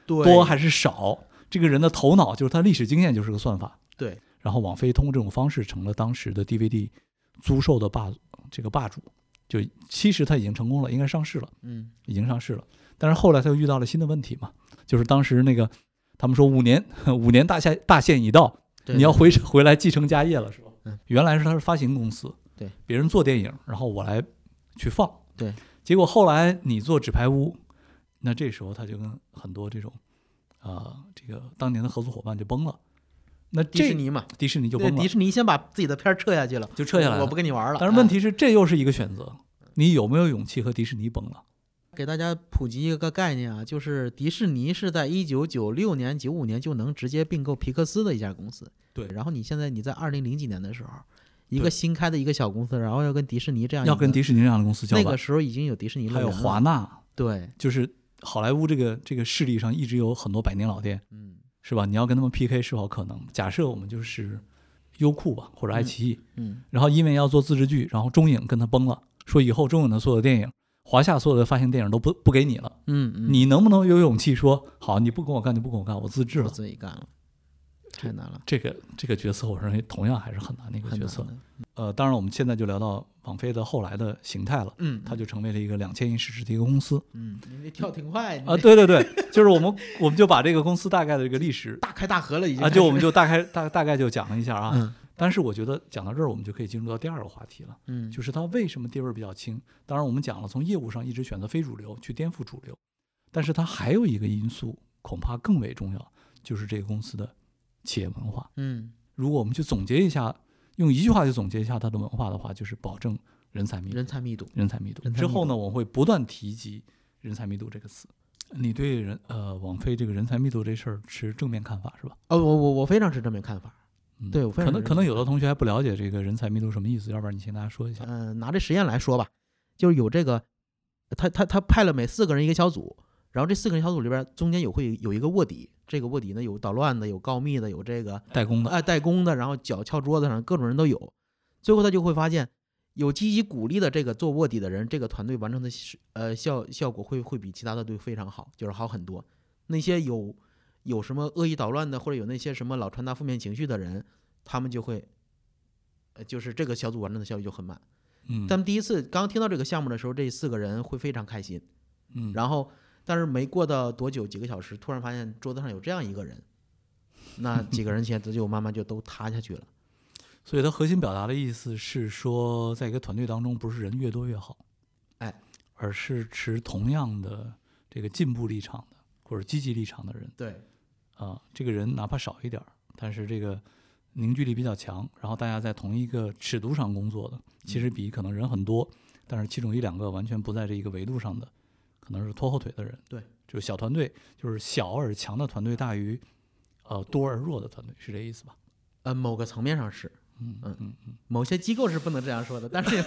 对
多还是少，这个人的头脑就是他历史经验就是个算法。
对，
然后网飞通过这种方式成了当时的 DVD 租售的霸这个霸主，就其实它已经成功了，应该上市了，
嗯
已经上市了。但是后来它又遇到了新的问题嘛，就是当时那个他们说五年 五年大限大限已到，
对
你要回回来继承家业了，是吧？
嗯
原来是它是发行公司，
对，
别人做电影，然后我来去放，
对。
结果后来你做纸牌屋，那这时候他就跟很多这种，呃，这个当年的合作伙伴就崩了。那
迪
这
士尼嘛，
迪士尼就
对，
崩了
迪，士尼先把自己的片儿撤下去了，
就撤下来
我
了
不。跟你玩了。
但是问
哎
题是，这又是一个选择，你有没有勇气和迪士尼崩了？
给大家普及一个概念啊，就是迪士尼是在一九九六年、九五年就能直接并购皮克斯的一家公司。
对
然后你现在你在二零零几年的时候，一
对
个新开的一个小公司，然后要跟迪士尼这样一
要跟
个
迪士尼这样的公司叫
啊那
板，
个时候已经有迪士尼乐
还有
园了
华纳，
对，
就是好莱坞这个这个势力上一直有很多百年老店，
嗯
是吧？你要跟他们 PK 是否可能？假设我们就是优酷吧，或者爱奇艺，
嗯
然后因为要做自制剧，然后中影跟他崩了，说以后中影的所有电影，华夏所有的发行电影都不不给你了，
嗯嗯，
你能不能有勇气说好，你不跟我干就不跟我干，我自制
我
了？
自己干了，太难了，
这个这个角色，我认为同样还是很难的一个
很
角
难
色。
的。
呃，当然我们现在就聊到网飞的后来的形态了，
嗯，
它就成为了一个两千亿市值的一个公司
嗯，你这跳挺快，你
啊，
这
对对对，就是我们我们就把这个公司大概的这个历史
大开大合 了已经
啊，就我们就大概大大概就讲了一下啊。
嗯
但是我觉得讲到这儿，我们就可以进入到第二个话题了。
嗯，
就是它为什么地位比较轻。当然，我们讲了，从业务上一直选择非主流去颠覆主流，但是它还有一个因素，恐怕更为重要，就是这个公司的企业文化。
嗯
如果我们去总结一下，用一句话去总结一下它的文化的话，就是保证人才密度。
人才密度，
人才密度
人才密
之
度
后呢，我会不断提及人才密度这个词。你对人呃网飞这个人才密度这事儿持正面看法是吧？
哦，我我我非常持正面看法。
嗯，
对我非常
可能
认
可能
同
有的同学还不了解这个人才密度什么意思，要不然你先大家说一下。
嗯，拿这实验来说吧，就是有这个，他他他派了每四个人一个小组，然后这四个人小组里边儿中间有会有一个卧底，这个卧底呢有捣乱的，有告密的，有这个
代工的，
哎代工的，然后脚翘桌子上，各种人都有。最后他就会发现，有积极鼓励的这个做卧底的人，这个团队完成的是呃效效果会会比其他的队非常好，就是好很多。那些有有什么恶意捣乱的，或者有那些什么老传达负面情绪的人，他们就会，呃，就是这个小组完成的效率就很满。
嗯，
他们第一次刚听到这个项目的时候，这四个人会非常开心。
嗯，
然后，但是没过到多久，几个小时，突然发现桌子上有这样一个人，那几个人现在就慢慢就都塌下 去了。
所以它核心表达的意思是说，在一个团队当中，不是人越多越好，
哎，
而是持同样的这个进步立场的或者积极立场的人
对，
啊、这个人哪怕少一点儿，但是这个凝聚力比较强，然后大家在同一个尺度上工作的，其
嗯
实比可能人很多，但是其中一两个完全不在这一个维度上的，可能是拖后腿的人。
对，
就是小团队，就是小而强的团队大于呃多而弱的团队，是这意思吧？
呃，某个层面上是，
嗯
嗯
嗯嗯，
某些机构是不能这样说的，但 是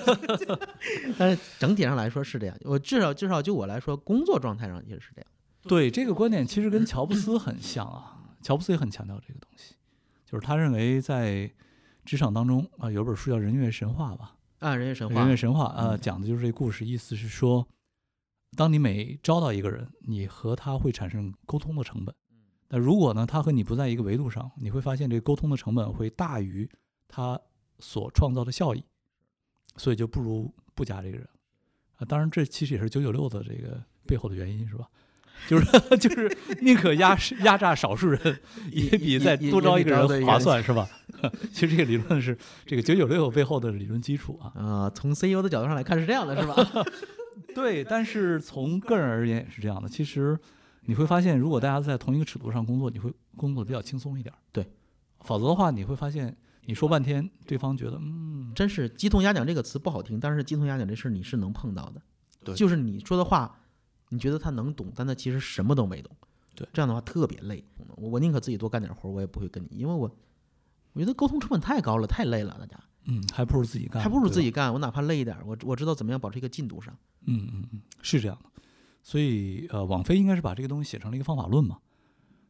但是整体上来说是这样。我至少至少就我来说，工作状态上也是这样。
对这个观点，其实跟乔布斯很像啊。乔布斯也很强调这个东西，就是他认为在职场当中啊、有本书叫《人月神话》吧，
啊，人类神
《
话
人月神话》呃，
嗯
讲的就是这故事，意思是说，当你每招到一个人，你和他会产生沟通的成本。
嗯
那如果呢，他和你不在一个维度上，你会发现这个沟通的成本会大于他所创造的效益，所以就不如不加这个人。啊，当然这其实也是九九六的这个背后的原因，是吧？ 就是 就是宁可压压榨少数人，也
也
比
也
再
也
多
也
招一
比
个
招对
人
一个
划
人
算，是吧？ 其实这个理论是这个九九六背后的理论基础啊。
啊、从 CEO 的角度上来看是这样的，是吧？
对，但是从个人而言也是这样的。其实你会发现，如果大家在同一个尺度上工作，你会工作得比较轻松一点。
对，
否则的话，你会发现你说半天，对方觉得嗯，
真是鸡同鸭讲这个词不好听，但是鸡同鸭讲这事儿你是能碰到的。
对
就是你说的话，你觉得他能懂，但他其实什么都没懂。
对，
这样的话特别累。我我宁可自己多干点活儿，我也不会跟你，因为我我觉得沟通成本太高了，太累了，大家
嗯，还不如自己干，
还不如
对吧
自己干。我哪怕累一点儿，我我知道怎么样保持一个进度上。
嗯嗯嗯，是这样的。所以呃，网飞应该是把这个东西写成了一个方法论嘛。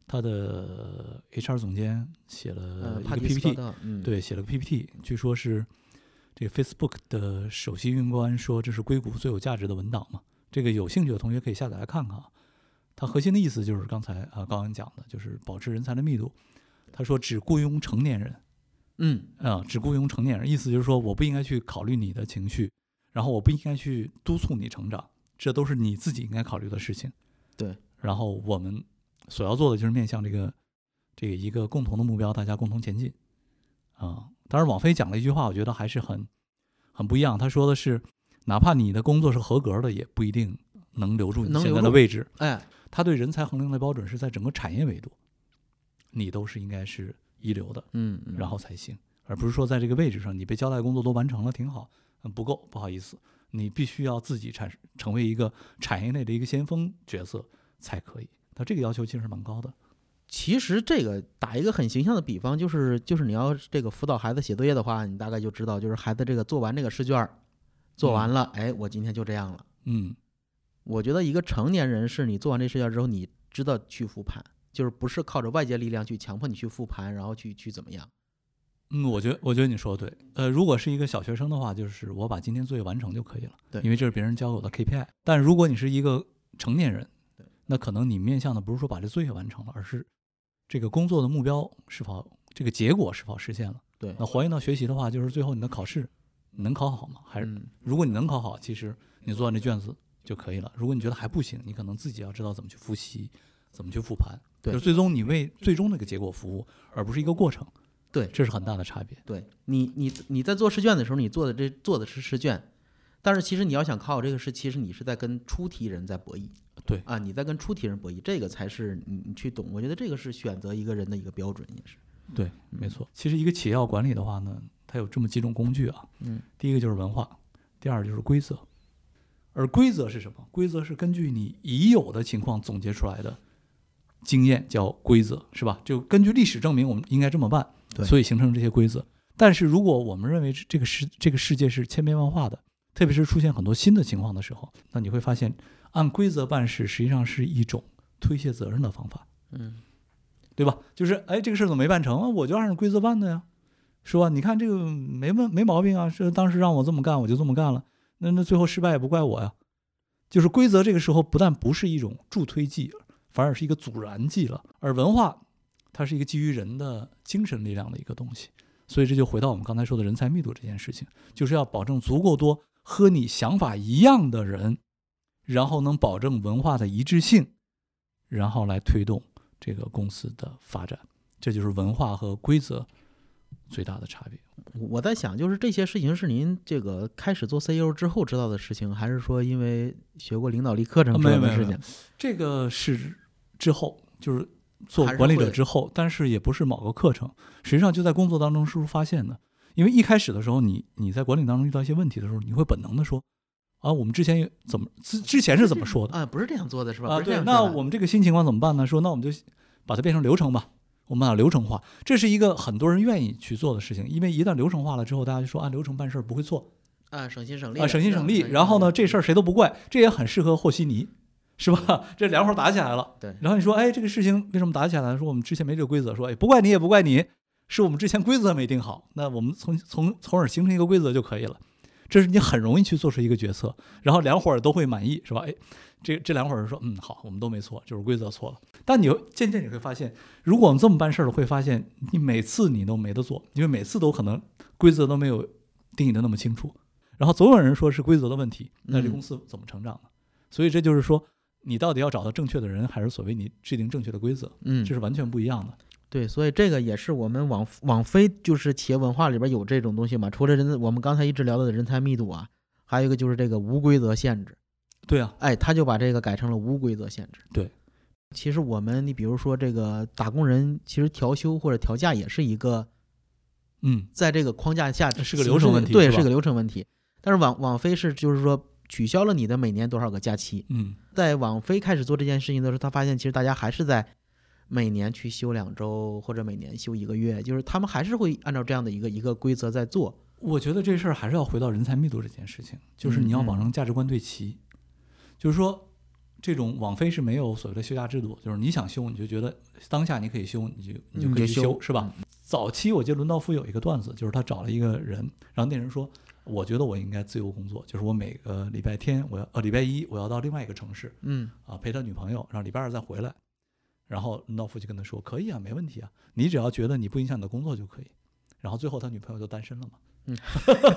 他的 HR 总监写了
呃，
一
帕
个
蒂斯
PPT，
科特嗯，，
对，写了个 PPT，据说是这个 Facebook 的首席运营官说这是硅谷最有价值的文档嘛。这个有兴趣的同学可以下载来看看啊。它核心的意思就是刚才啊、呃高安讲的，就是保持人才的密度。他说只雇佣成年人
嗯
呃啊、只雇佣成年人，意思就是说我不应该去考虑你的情绪，然后我不应该去督促你成长，这都是你自己应该考虑的事情。
对，
然后我们所要做的就是面向这个这个一个共同的目标，大家共同前进啊、当然，网飞讲了一句话，我觉得还是很很不一样。他说的是，哪怕你的工作是合格的，也不一定能留住你
能
现
留
在的
住
位置。
哎，
他对人才衡量的标准是在整个产业维度，你都是应该是一流的。
嗯，嗯
然后才行，而不是说在这个位置上你被交代的工作都完成了挺好，嗯不够不好意思，你必须要自己产成为一个产业内的一个先锋角色才可以。他这个要求其实蛮高的，
其实这个打一个很形象的比方，就是就是你要这个辅导孩子写作业的话，你大概就知道，就是孩子这个做完这个试卷儿，做完了，哎，我今天就这样了。
嗯
我觉得一个成年人是你做完这试卷之后，你知道去复盘，就是不是靠着外界力量去强迫你去复盘，然后去去怎么样。
嗯，我觉得我觉得你说的对，呃，如果是一个小学生的话，就是我把今天作业完成就可以了，
对
因为这是别人交给我的 KPI。但如果你是一个成年人，那可能你面向的不是说把这作业完成了，而是这个工作的目标是否这个结果是否实现了。
对，
那还原到学习的话，就是最后你的考试，你能考好吗？还是
嗯，
如果你能考好，其实你做完这卷子就可以了。如果你觉得还不行，你可能自己要知道怎么去复习，怎么去复盘。
对
就最终你为最终那个结果服务，而不是一个过程。
对
这是很大的差别。
对你你你在做试卷的时候，你做的这做的是试卷，但是其实你要想考好这个试，其实你是在跟出题人在博弈。
对
啊，你在跟出题人博弈，这个才是你你去懂。我觉得这个是选择一个人的一个标准，也是。
对，没错。其实一个企业要管理的话呢，它有这么几种工具啊。
嗯，
第一个就是文化，第二就是规则。而规则是什么？规则是根据你已有的情况总结出来的经验，叫规则，是吧？就根据历史证明我们应该这么办，
对
所以形成这些规则。但是如果我们认为这这个世这个世界是千变万化的，特别是出现很多新的情况的时候，那你会发现，按规则办事实际上是一种推卸责任的方法。
嗯，
对吧？就是哎，这个事儿怎么没办成啊？我就按照规则办的呀，是吧？你看这个没问没毛病啊，是当时让我这么干，我就这么干了。那那最后失败也不怪我呀。就是规则这个时候不但不是一种助推剂，反而是一个阻燃剂了。而文化，它是一个基于人的精神力量的一个东西，所以这就回到我们刚才说的人才密度这件事情，就是要保证足够多和你想法一样的人，然后能保证文化的一致性，然后来推动这个公司的发展。这就是文化和规则最大的差别。
我我在想，就是这些事情是您这个开始做 CEO 之后知道的事情，还是说因为学过领导力课程
啊
知道的
没有没
事
有没有
情？
这个是之后，就是做
还是
管理者
会
之后，但是也不是某个课程，实际上就在工作当中是发现的。因为一开始的时候，你你在管理当中遇到一些问题的时候，你会本能的说，啊，我们之前有怎么之之前是怎么说的
啊，不是这样做的是吧？
啊？
不是这
对，
样
那
做的
我们这个新情况怎么办呢？说那我们就把它变成流程吧，我们把它流程化，这是一个很多人愿意去做的事情，因为一旦流程化了之后，大家就说按流程办事儿不会错，
啊，省心省力
啊，
的
省心省力。
嗯
然后呢，这事
儿
儿谁都不怪，这也很适合和稀泥，是吧？ 这两伙儿打起来了，
对
然后你说，哎，这个事情为什么打起来了？说我们之前没这个规则，说哎，不怪你也不怪你，是我们之前规则没定好。那我们从从从而形成一个规则就可以了。这是你很容易去做出一个决策，然后两伙儿都会满意，是吧？哎，这这两伙儿人说，嗯，好，我们都没错，就是规则错了。但你会渐渐你会发现，如果我们这么办事儿，会发现你每次你都没得做，因为每次都可能规则都没有定义的那么清楚。然后总有人说是规则的问题，那这
嗯
公司怎么成长呢？所以这就是说，你到底要找到正确的人，还是所谓你制定正确的规则，
嗯
这是完全不一样的。
对，所以这个也是我们网网飞就是企业文化里边有这种东西嘛。除了人，我们刚才一直聊到的人才密度啊，还有一个就是这个无规则限制。
对啊，
哎，他就把这个改成了无规则限制。
对，
其实我们你比如说这个打工人，其实调休或者调假也是一个
嗯，
在这个框架下
是个流程问题
形式对，
是吧
是个流程问题。但是网网飞是就是说取消了你的每年多少个假期，
嗯，
在网飞开始做这件事情的时候，他发现其实大家还是在每年去休两周或者每年休一个月，就是他们还是会按照这样的一个一个规则在做。
我觉得这事儿还是要回到人才密度这件事情，就是你要
嗯
保证价值观对齐，就是说，这种网飞是没有所谓的休假制度，就是你想休你就觉得当下你可以休，你就你就
嗯
可
就
以去
休
是吧？早期我记得轮到夫有一个段子，就是他找了一个人，然后那人说，我觉得我应该自由工作，就是我每个礼拜天我要呃礼拜一我要到另外一个城市，
嗯
啊，陪他女朋友，然后礼拜二再回来。然后林道夫就跟他说：“可以啊，没问题啊，你只要觉得你不影响你的工作就可以。”然然后最后他女朋友就单身了嘛。嗯，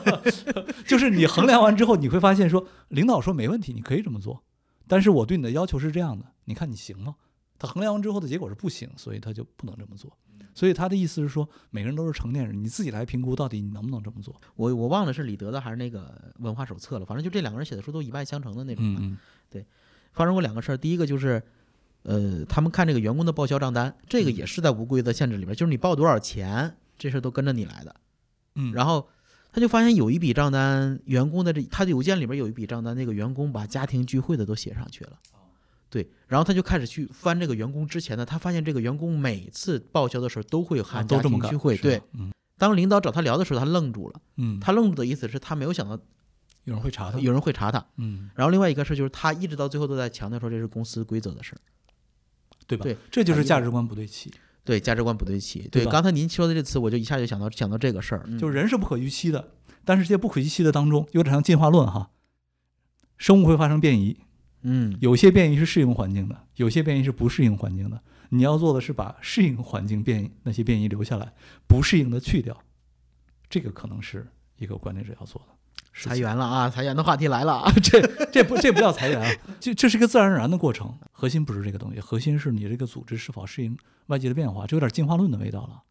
就是你衡量完之后，你会发现说，领导说没问题，你可以这么做，但是我对你的要求是这样的，你看你行吗？他衡量完之后的结果是不行，所以他就不能这么做。
嗯
所以他的意思是说，每个人都是成年人，你自己来评估到底你能不能这么做。
我我忘了是李德的还是那个文化手册了，反正就这两个人写的书都一脉相承的那种。
嗯嗯，
发生过两个事儿，第一个就是，呃，他们看这个员工的报销账单，这个也是在无规则限制里边，就是你报多少钱，这事儿都跟着你来的。
嗯
然后他就发现有一笔账单，员工的这他的邮件里边有一笔账单，那个员工把家庭聚会的都写上去了。
哦
对，然后他就开始去翻这个员工之前的，他发现这个员工每次报销的时候都会
啊
喊
都
家
这么
庭
干
聚会。
是吧
对，
嗯
当领导找他聊的时候，他愣住了。
嗯，啊
他愣住的意思是他没有想到
有人会查他，
有人会查他。
嗯，
然后另外一个事儿就是他一直到最后都在强调说这是公司规则的事儿。
对吧？
对
这就是
反映
价值观不对齐，
对价值观不对齐。
对
对，
吧
刚才您说的这词，我就一下就想到想到这个事儿，嗯
就是人是不可预期的，但是这些不可预期的当中，有点像进化论哈，生物会发生变异，
嗯
有些变异是适应环境的，有些变异是不适应环境的。你要做的是把适应环境变异那些变异留下来，不适应的去掉，这个可能是一个管理者要做的事情。
裁员了啊，裁员的话题来了啊，
这不这不叫裁员啊，这这是一个自然而然的过程。核心不是这个东西，核心是你这个组织是否适应外界的变化，这有点进化论的味道了。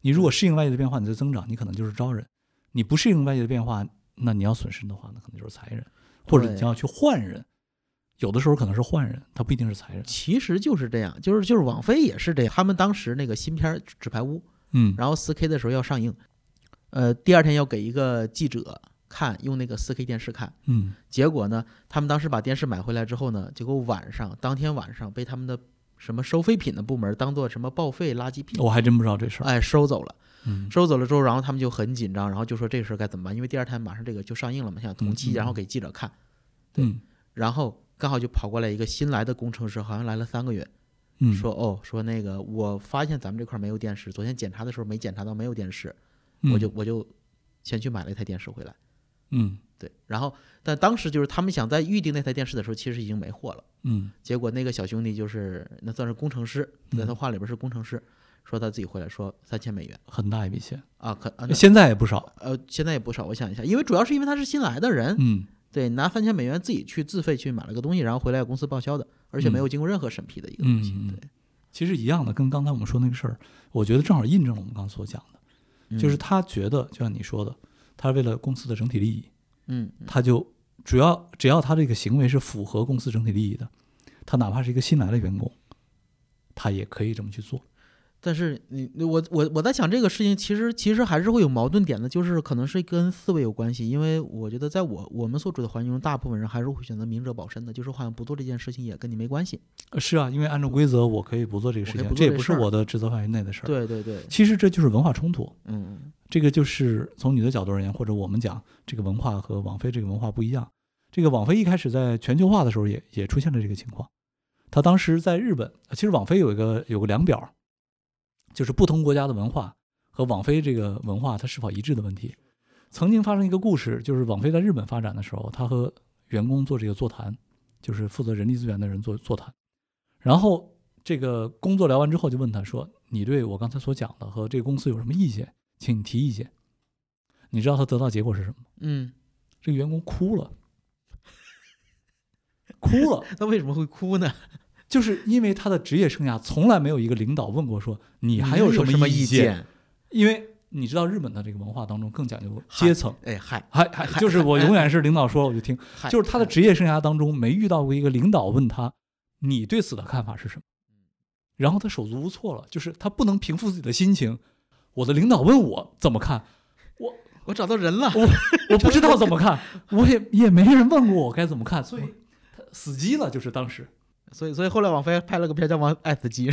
你如果适应外界的变化，你就增长，你可能就是招人；你不适应外界的变化，那你要损失的话，那可能就是裁人，或者你
对
要去换人。有的时候可能是换人，他不一定是裁人。
其实就是这样，就是就是网飞也是这样，他们当时那个新片儿《纸牌屋》，
嗯
然后4 K 的时候要上映，呃，第二天要给一个记者看，用那个4 K 电视看。
嗯，
结果呢，他们当时把电视买回来之后呢，结果晚上当天晚上被他们的什么收废品的部门当做什么报废垃圾品，
我还真不知道这事儿。
哎，收走了。
嗯
收走了之后，然后他们就很紧张，然后就说这个事儿该怎么办？因为第二天马上这个就上映了嘛，想同期，
嗯嗯
然后给记者看，对
嗯
然后刚好就跑过来一个新来的工程师，好像来了三个月，
嗯，
说哦，说那个我发现咱们这块儿没有电视，昨天检查的时候没检查到没有电视，
嗯
我就我就先去买了一台电视回来，
嗯
对，然后但当时就是他们想在预定那台电视的时候，其实已经没货了。
嗯
结果那个小兄弟就是那算是工程师，在他
嗯
话里边是工程师，说他自己回来说三千美元
很大一笔钱，
啊，可 啊那
现在也不少。
呃现在也不少，我想一下，因为主要是因为他是新来的人，
嗯
对，拿三千美元自己去自费去买了个东西，然后回来公司报销的，而且没有经过任何审批的一个东西。
嗯嗯嗯嗯
对，
其实一样的，跟刚才我们说那个事儿，我觉得正好印证了我们刚刚所讲的，
嗯
就是他觉得，就像你说的，他为了公司的整体利益，
嗯，
他就主要只要他这个行为是符合公司整体利益的，他哪怕是一个新来的员工，他也可以这么去做。
但是你我我我在想这个事情，其实其实还是会有矛盾点的，就是可能是跟思维有关系，因为我觉得在我我们所处的环境中，大部分人还是会选择明哲保身的，就是好像不做这件事情也跟你没关系。
呃是啊，因为按照规则，我可以不做这个事
我可以
情，
不做
这也
这
不是
事儿
我的职责范围内的事儿。
对对对，
其实这就是文化冲突。
嗯
这个就是从你的角度而言，或者我们讲这个文化和网飞这个文化不一样。这个网飞一开始在全球化的时候也也出现了这个情况。他当时在日本，呃其实网飞有一个有个量表，就是不同国家的文化和网飞这个文化它是否一致的问题。曾经发生一个故事，就是网飞在日本发展的时候，他和员工做这个座谈，就是负责人力资源的人做座谈，然后这个工作聊完之后，就问他说：“你对我刚才所讲的和这个公司有什么意见？请你提意见。”你知道他得到结果是什么吗？
嗯，
这个员工哭了，哭了，
那为什么会哭呢？
就是因为他的职业生涯从来没有一个领导问过说你还有
有
什
什么
意见，
见？
因为你知道日本的这个文化当中更讲究阶层，
哎嗨，
还还就是我永远是领导说了我就听，
嗨
就是他的职业生涯当中没遇到过一个领导问他你对此的看法是什么，然后他手足无措了，就是他不能平复自己的心情。我的领导问我怎么看，
我找到人了，
我不知道怎么看，我也也没人问过我该怎么看，所以他死机了，就是当时
所以所以后来网飞拍了个片叫《王爱死机》，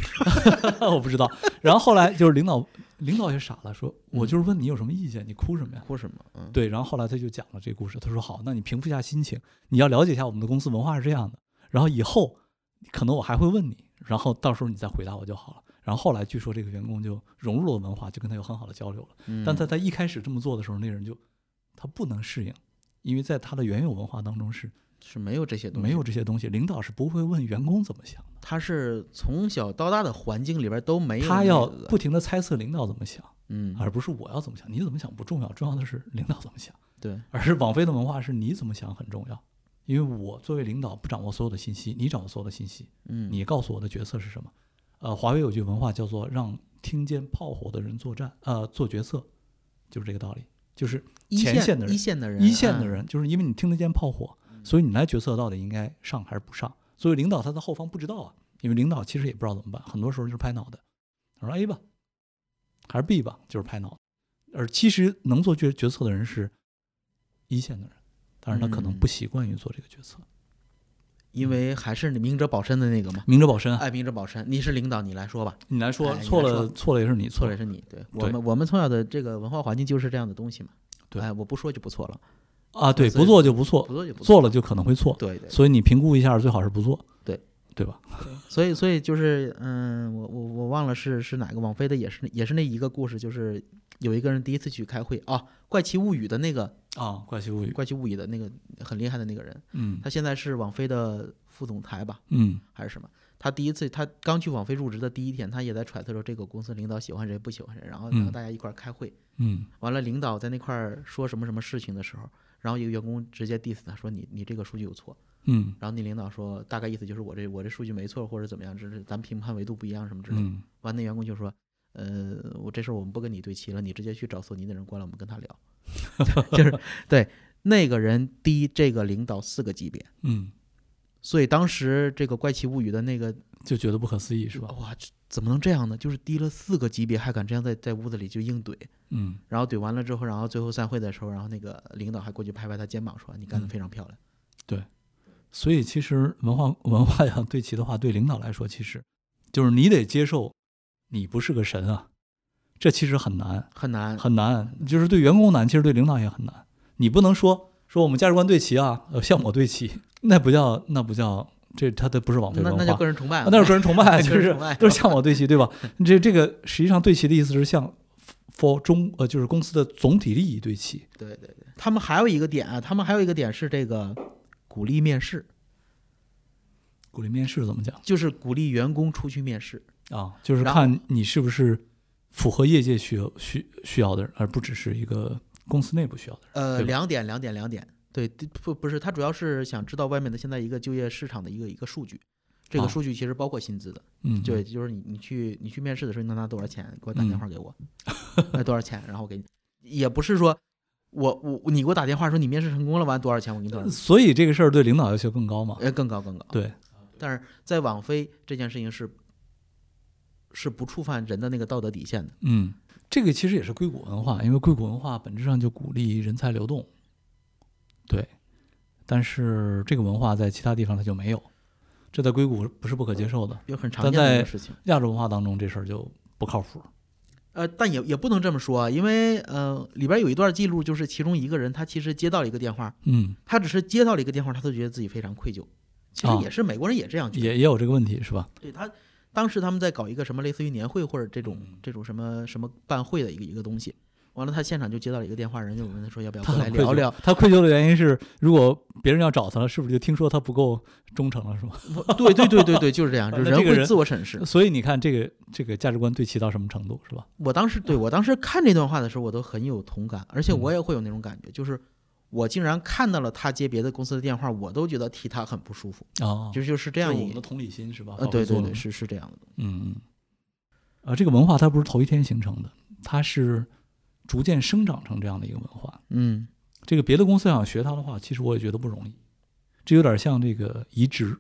我不知道。然后后来就是领导，领导也傻了，说我就是问你有什么意见，你哭什么呀？
哭什么？嗯，
对，然后后来他就讲了这个故事，他说好，那你平复一下心情，你要了解一下我们的公司文化是这样的，然后以后可能我还会问你，然后到时候你再回答我就好了。然后后来据说这个员工就融入了文化，就跟他有很好的交流了。
嗯
但他在一开始这么做的时候，那人就他不能适应，因为在他的原有文化当中是
是没有这些东西，
没有这些东西，领导是不会问员工怎么想的，
他是从小到大的环境里边都没有
他
那
要
个
不停的猜测领导怎么想，
嗯，
而不是我要怎么想，你怎么想不重要，重要的是领导怎么想。
对，
而是网飞的文化是你怎么想很重要，因为我作为领导不掌握所有的信息，你掌握所有的信息，
嗯，
你告诉我的决策是什么。呃，华为有句文化叫做“让听见炮火的人作战”，呃，做决策，就是这个道理。就是
一
前线的人
一线的人，嗯
一线的
啊，
人，就是因为你听得见炮火，所以你来决策到底应该上还是不上。所以领导他在后方不知道啊，因为领导其实也不知道怎么办，很多时候就是拍脑袋，他说 A 吧，还是 B 吧，就是拍脑袋。而其实能做决决策的人是一线的人，但是他可能
嗯
不习惯于做这个决策。
因为还是明哲保身的那个嘛。
明哲保身啊，
哎，明哲保身，你是领导，你来说吧，
你来说
哎你
错
来
了，
说
错了也是你
错
错
了
了。
是你。对我们，我们从小的这个文化环境就是这样的东西嘛。
对
哎，我不说就不错了，
啊，对，
所
不
以
做就不错
不，做就不
做
了。
了就可能会错，
对对，
所以你评估一下，最好是不做，
对
对吧？
所以所以就是，嗯，我我我忘了是是哪个网飞的，也是也是那一个故事，就是有一个人第一次去开会啊，《怪奇物语》的那个
啊，怪奇物
《
语，
怪奇物语》的那个很厉害的那个人，
嗯
他现在是网飞的副总裁吧，
嗯
还是什么？他第一次他刚去网飞入职的第一天，他也在揣测说这个公司领导喜欢谁不喜欢谁，然后然后
嗯
大家一块儿开会，
嗯
完了领导在那块儿说什么什么事情的时候，然后一个员工直接 diss 他说你你这个数据有错，
嗯
然后那领导说大概意思就是我这我这数据没错或者怎么样，只是咱们评判维度不一样什么之类的。
嗯，
完那员工就说。呃，我这事儿我们不跟你对齐了，你直接去找索尼的人过来，我们跟他聊。 就是对那个人低这个领导四个级别，
嗯，
所以当时这个《怪奇物语》的那个
就觉得不可思议是吧？
哇，这怎么能这样呢？就是低了四个级别，还敢这样在在屋子里就硬怼，
嗯
然后怼完了之后，然后最后散会的时候，然后那个领导还过去拍拍他肩膀说：“你干得
嗯
非常漂亮。，
所以其实文化文化要对齐的话，对领导来说，其实就是你得接受你不是个神啊，这其实很难
很难，
很难，就是对员工难，其实对领导也很难。你不能说说我们价值观对齐啊，呃，像我对齐，那不叫那不叫这他的不是枉费
那
文化，
那就个人崇拜
啊
了，
那是个人崇拜，
个
就
人
是
崇拜
都是向我对齐，对吧？这这个实际上对齐的意思是向 for 中呃就是公司的总体利益对齐。
对对对。他们还有一个点啊，他们还有一个点是这个鼓励面试，
鼓励面试怎么讲
就是鼓励员工出去面试。
啊？就是
然后
看你是不是符合业界需要需需要的人，而不只是一个公司内部需要的人。
呃，
对吧
两点，两点，两点。对，对不不是，他主要是想知道外面的现在一个就业市场的一个一个数据，这
啊
个数据其实包括薪资的。
嗯，
对，就是你你去你去面试的时候，你能拿多少钱？给我打电话给我， 那多少钱？然后我给你，也不是说我我你给我打电话说你面试成功了，完多少钱？我给 你多少钱？
所以这个事儿对领导要求更高嘛？
呃，更高更高。
对，
但是在网飞这件事情是是不触犯人的那个道德底线的。
嗯，这个其实也是硅谷文化，因为硅谷文化本质上就鼓励人才流动，对。但是这个文化在其他地方它就没有，这在硅谷不是不可接受的。
有很常
但
见的一
在
个事情，
亚洲文化当中这事儿就不靠谱。
呃，但也也不能这么说啊，因为呃，里边有一段记录，就是其中一个人他其实接到了一个电话，
嗯，
他只是接到了一个电话，他都觉得自己非常愧疚。其实
啊
也是美国人也这样觉得，
也也有这个问题是吧？
对他，当时他们在搞一个什么类似于年会或者这种
嗯
这种什么什么办会的一个一个东西，完了他现场就接到了一个电话，人就问他说要不要
他
过来
很愧
聊
疚
聊？。
他愧疚的原因是，如果别人要找他了，是不是就听说他不够忠诚了，是吧？
对对对对对，就是这 样，
啊
就是
那这个
会
人
自我审 视。
所以你看，这个这个价值观对齐到什么程度，是吧？
我当时对我当时看这段话的时候，我都很有同感，而且
嗯
我也会有那种感觉，就是我竟然看到了他接别的公司的电话，我都觉得替他很不舒服，
啊，
就就是这
这
样
我
一
们的同理心是吧？
呃，对对对，，是是这样的。
嗯嗯。啊，这个文化它不是头一天形成的，它是逐渐生长成这样的一个文化。
嗯
这个别的公司想学它的话，其实我也觉得不容易。这有点像这个移植，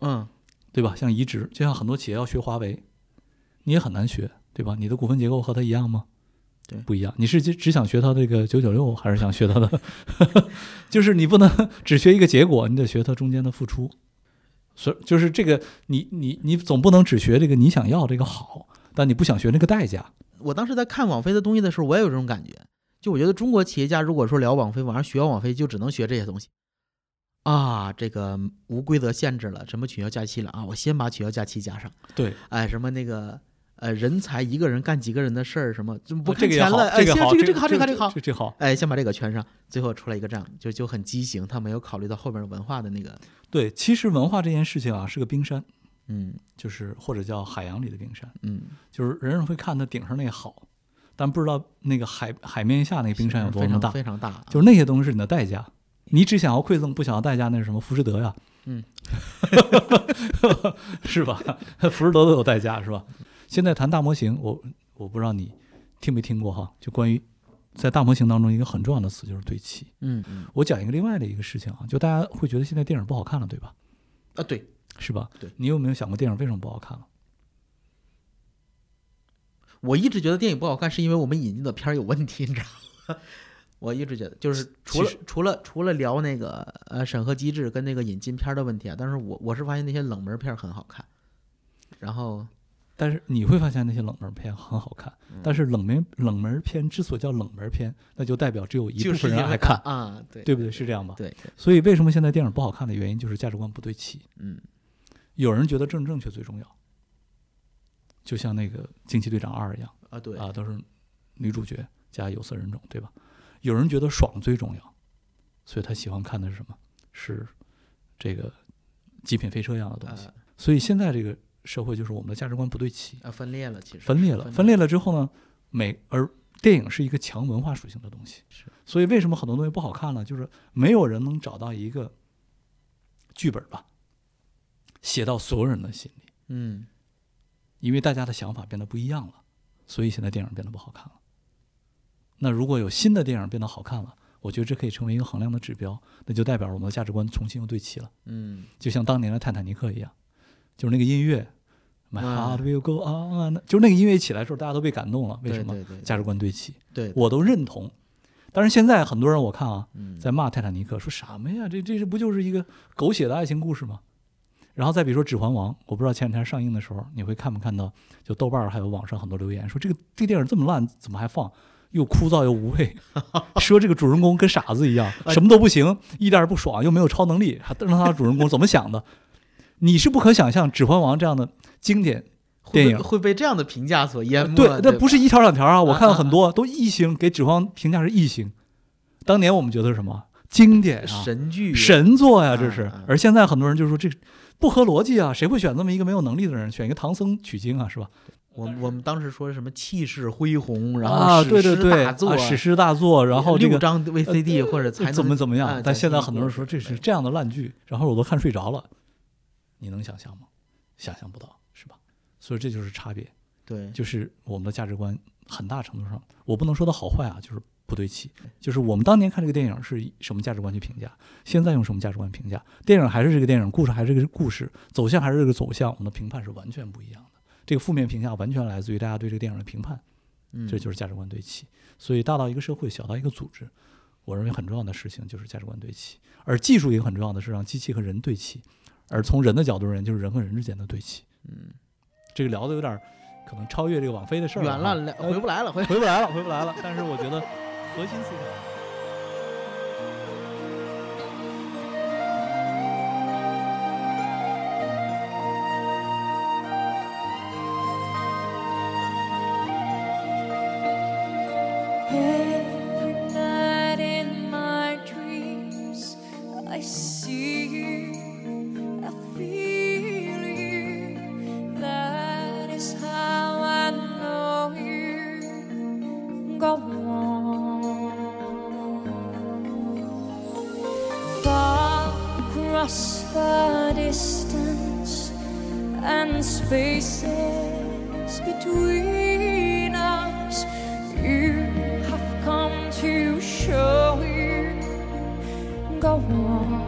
嗯，
对吧？像移植，就像很多企业要学华为，你也很难学，对吧？你的股份结构和它一样吗？
对
不一样。你是只只想学它这个九九六，还是想学它的？ 就是你不能只学一个结果，你得学它中间的付出。所以就是这个，你你你总不能只学这个你想要这个好，但你不想学那个代价。
我当时在看网飞的东西的时候，我也有这种感觉。就我觉得中国企业家如果说聊网飞，网上学网飞就只能学这些东西啊，这个无规则限制了，什么取消假期了啊，我先把取消假期加上，
对，
哎，什么那个呃人才一个人干几个人的事儿，什么就不
啊这
看
个也
钱
好
了，，
个
哎，
好，
先
这
这个好，这个好，这个好
这，这好。
哎，先把这个圈上，最后出来一个这样，就就很畸形，他没有考虑到后边的文化的那个，
对，其实文化这件事情啊，是个冰山，
嗯
就是或者叫海洋里的冰山。
嗯
就是人人会看它顶上那好，但不知道那个海海面下那个冰山有多
非
么
常
大，
非常大，啊
就是那些东西是你的代价。你只想要馈赠，不想要代价，那是什么？浮士德呀，
嗯，
是吧？浮士德都有代价，是吧？现在谈大模型，我我不知道你听没听过哈，就关于在大模型当中一个很重要的词就是对齐。
嗯嗯
我讲一个另外的一个事情啊，就大家会觉得现在电影不好看了，对吧？
啊，对，
是吧？
对
你有没有想过电影为什么不好看了？
我一直觉得电影不好看，是因为我们引进的片儿有问题，你知道吗？我一直觉得，就是除了
其实
除了除了聊那个呃审核机制跟那个引进片儿的问题啊，但是我我是发现那些冷门片儿很好看，然后
但是你会发现那些冷门片很好看，
嗯
但是冷门冷门片之所以叫冷门片，那就代表只有一部
就是
分
因
人
为
爱看，
啊，对
对不对？是这样吧？
对对，
所以为什么现在电影不好看的原因就是价值观不对齐。
嗯
有人觉得政治正确最重要，就像那个《惊奇队长二》一样
啊对
啊，都是女主角加有色人种，对吧？有人觉得爽最重要，所以他喜欢看的是什么？是这个极品飞车一样的东西。
啊
所以现在这个社会就是我们的价值观不对齐，
啊分裂了，其实
分裂
是
了。分裂了之后呢，每而电影是一个强文化属性的东西
是，
所以为什么很多东西不好看呢？就是没有人能找到一个剧本吧，写到所有人的心里，
嗯
因为大家的想法变得不一样了，所以现在电影变得不好看了。那如果有新的电影变得好看了，我觉得这可以成为一个衡量的指标，那就代表我们的价值观重新又对齐了。
嗯
就像当年的《泰坦尼克》一样，就是那个音乐，My
啊
heart will go on，就是那个音乐一起来的时候，大家都被感动了。为
对
什么？
对对
价值观对齐，
对
我都认同。但是现在很多人我看啊，
嗯
在骂《泰坦尼克》，说什么呀？这这这不就是一个狗血的爱情故事吗？然后再比如说《指环王》，我不知道前两天上映的时候，你会看没看到？就豆瓣儿还有网上很多留言说，这个这电影这么烂，怎么还放？又枯燥又无 味，说这个主人公跟傻子一样，
哎
什么都不行，一点儿也不爽，又没有超能力，还让他的主人公怎么想的？你是不可想象《指环王》这样的经典
会
电
被
影呃
会被这样的评价所淹没，
对，那不
啊吧
是一条两条啊，我看了
啊啊
很多都一星，给《指环王》评价是一星。当年我们觉得是什么经典啊，
神剧
神作呀，这
啊
是
啊。
而现在很多人就说这不合逻辑啊，谁会选这么一个没有能力的人，选一个唐僧取经啊，是吧？
我我们当时说什么气势恢宏，然
啊，
后
对
史
对
诗
对，
大
啊
作，
史诗大作，然后这
六
个呃
张 VCD 或者才能
怎么怎么样
啊。
但
才
现在
能
很多人说这是这样的烂剧，然后我都看睡着了，你能想象吗？想象不到，是吧？所以这就是差别。
对，
就是我们的价值观很大程度上，我不能说它好坏啊，就是不对齐。就是我们当年看这个电影是以什么价值观去评价，现在用什么价值观评价，电影还是这个电影，故事还是这个故事，走向还是这个走向，我们的评判是完全不一样的。这个负面评价完全来自于大家对这个电影的评判，
嗯
这就是价值观对齐。所以，大到一个社会，小到一个组织，我认为很重要的事情就是价值观对齐。而技术一个很重要的是让机器和人对齐，而从人的角度而言，就是人和人之间的对齐。
嗯
这个聊的有点儿可能超越这个网飞的事儿
远
哈
了，来
呃
回不来了，回
回不来了，回不来了。但是我觉得核心思想。
Every night in my dreams, I see you, I feel you. That is how I know you. Go on. Far across the distance and spaces between us. You have come to show you go on.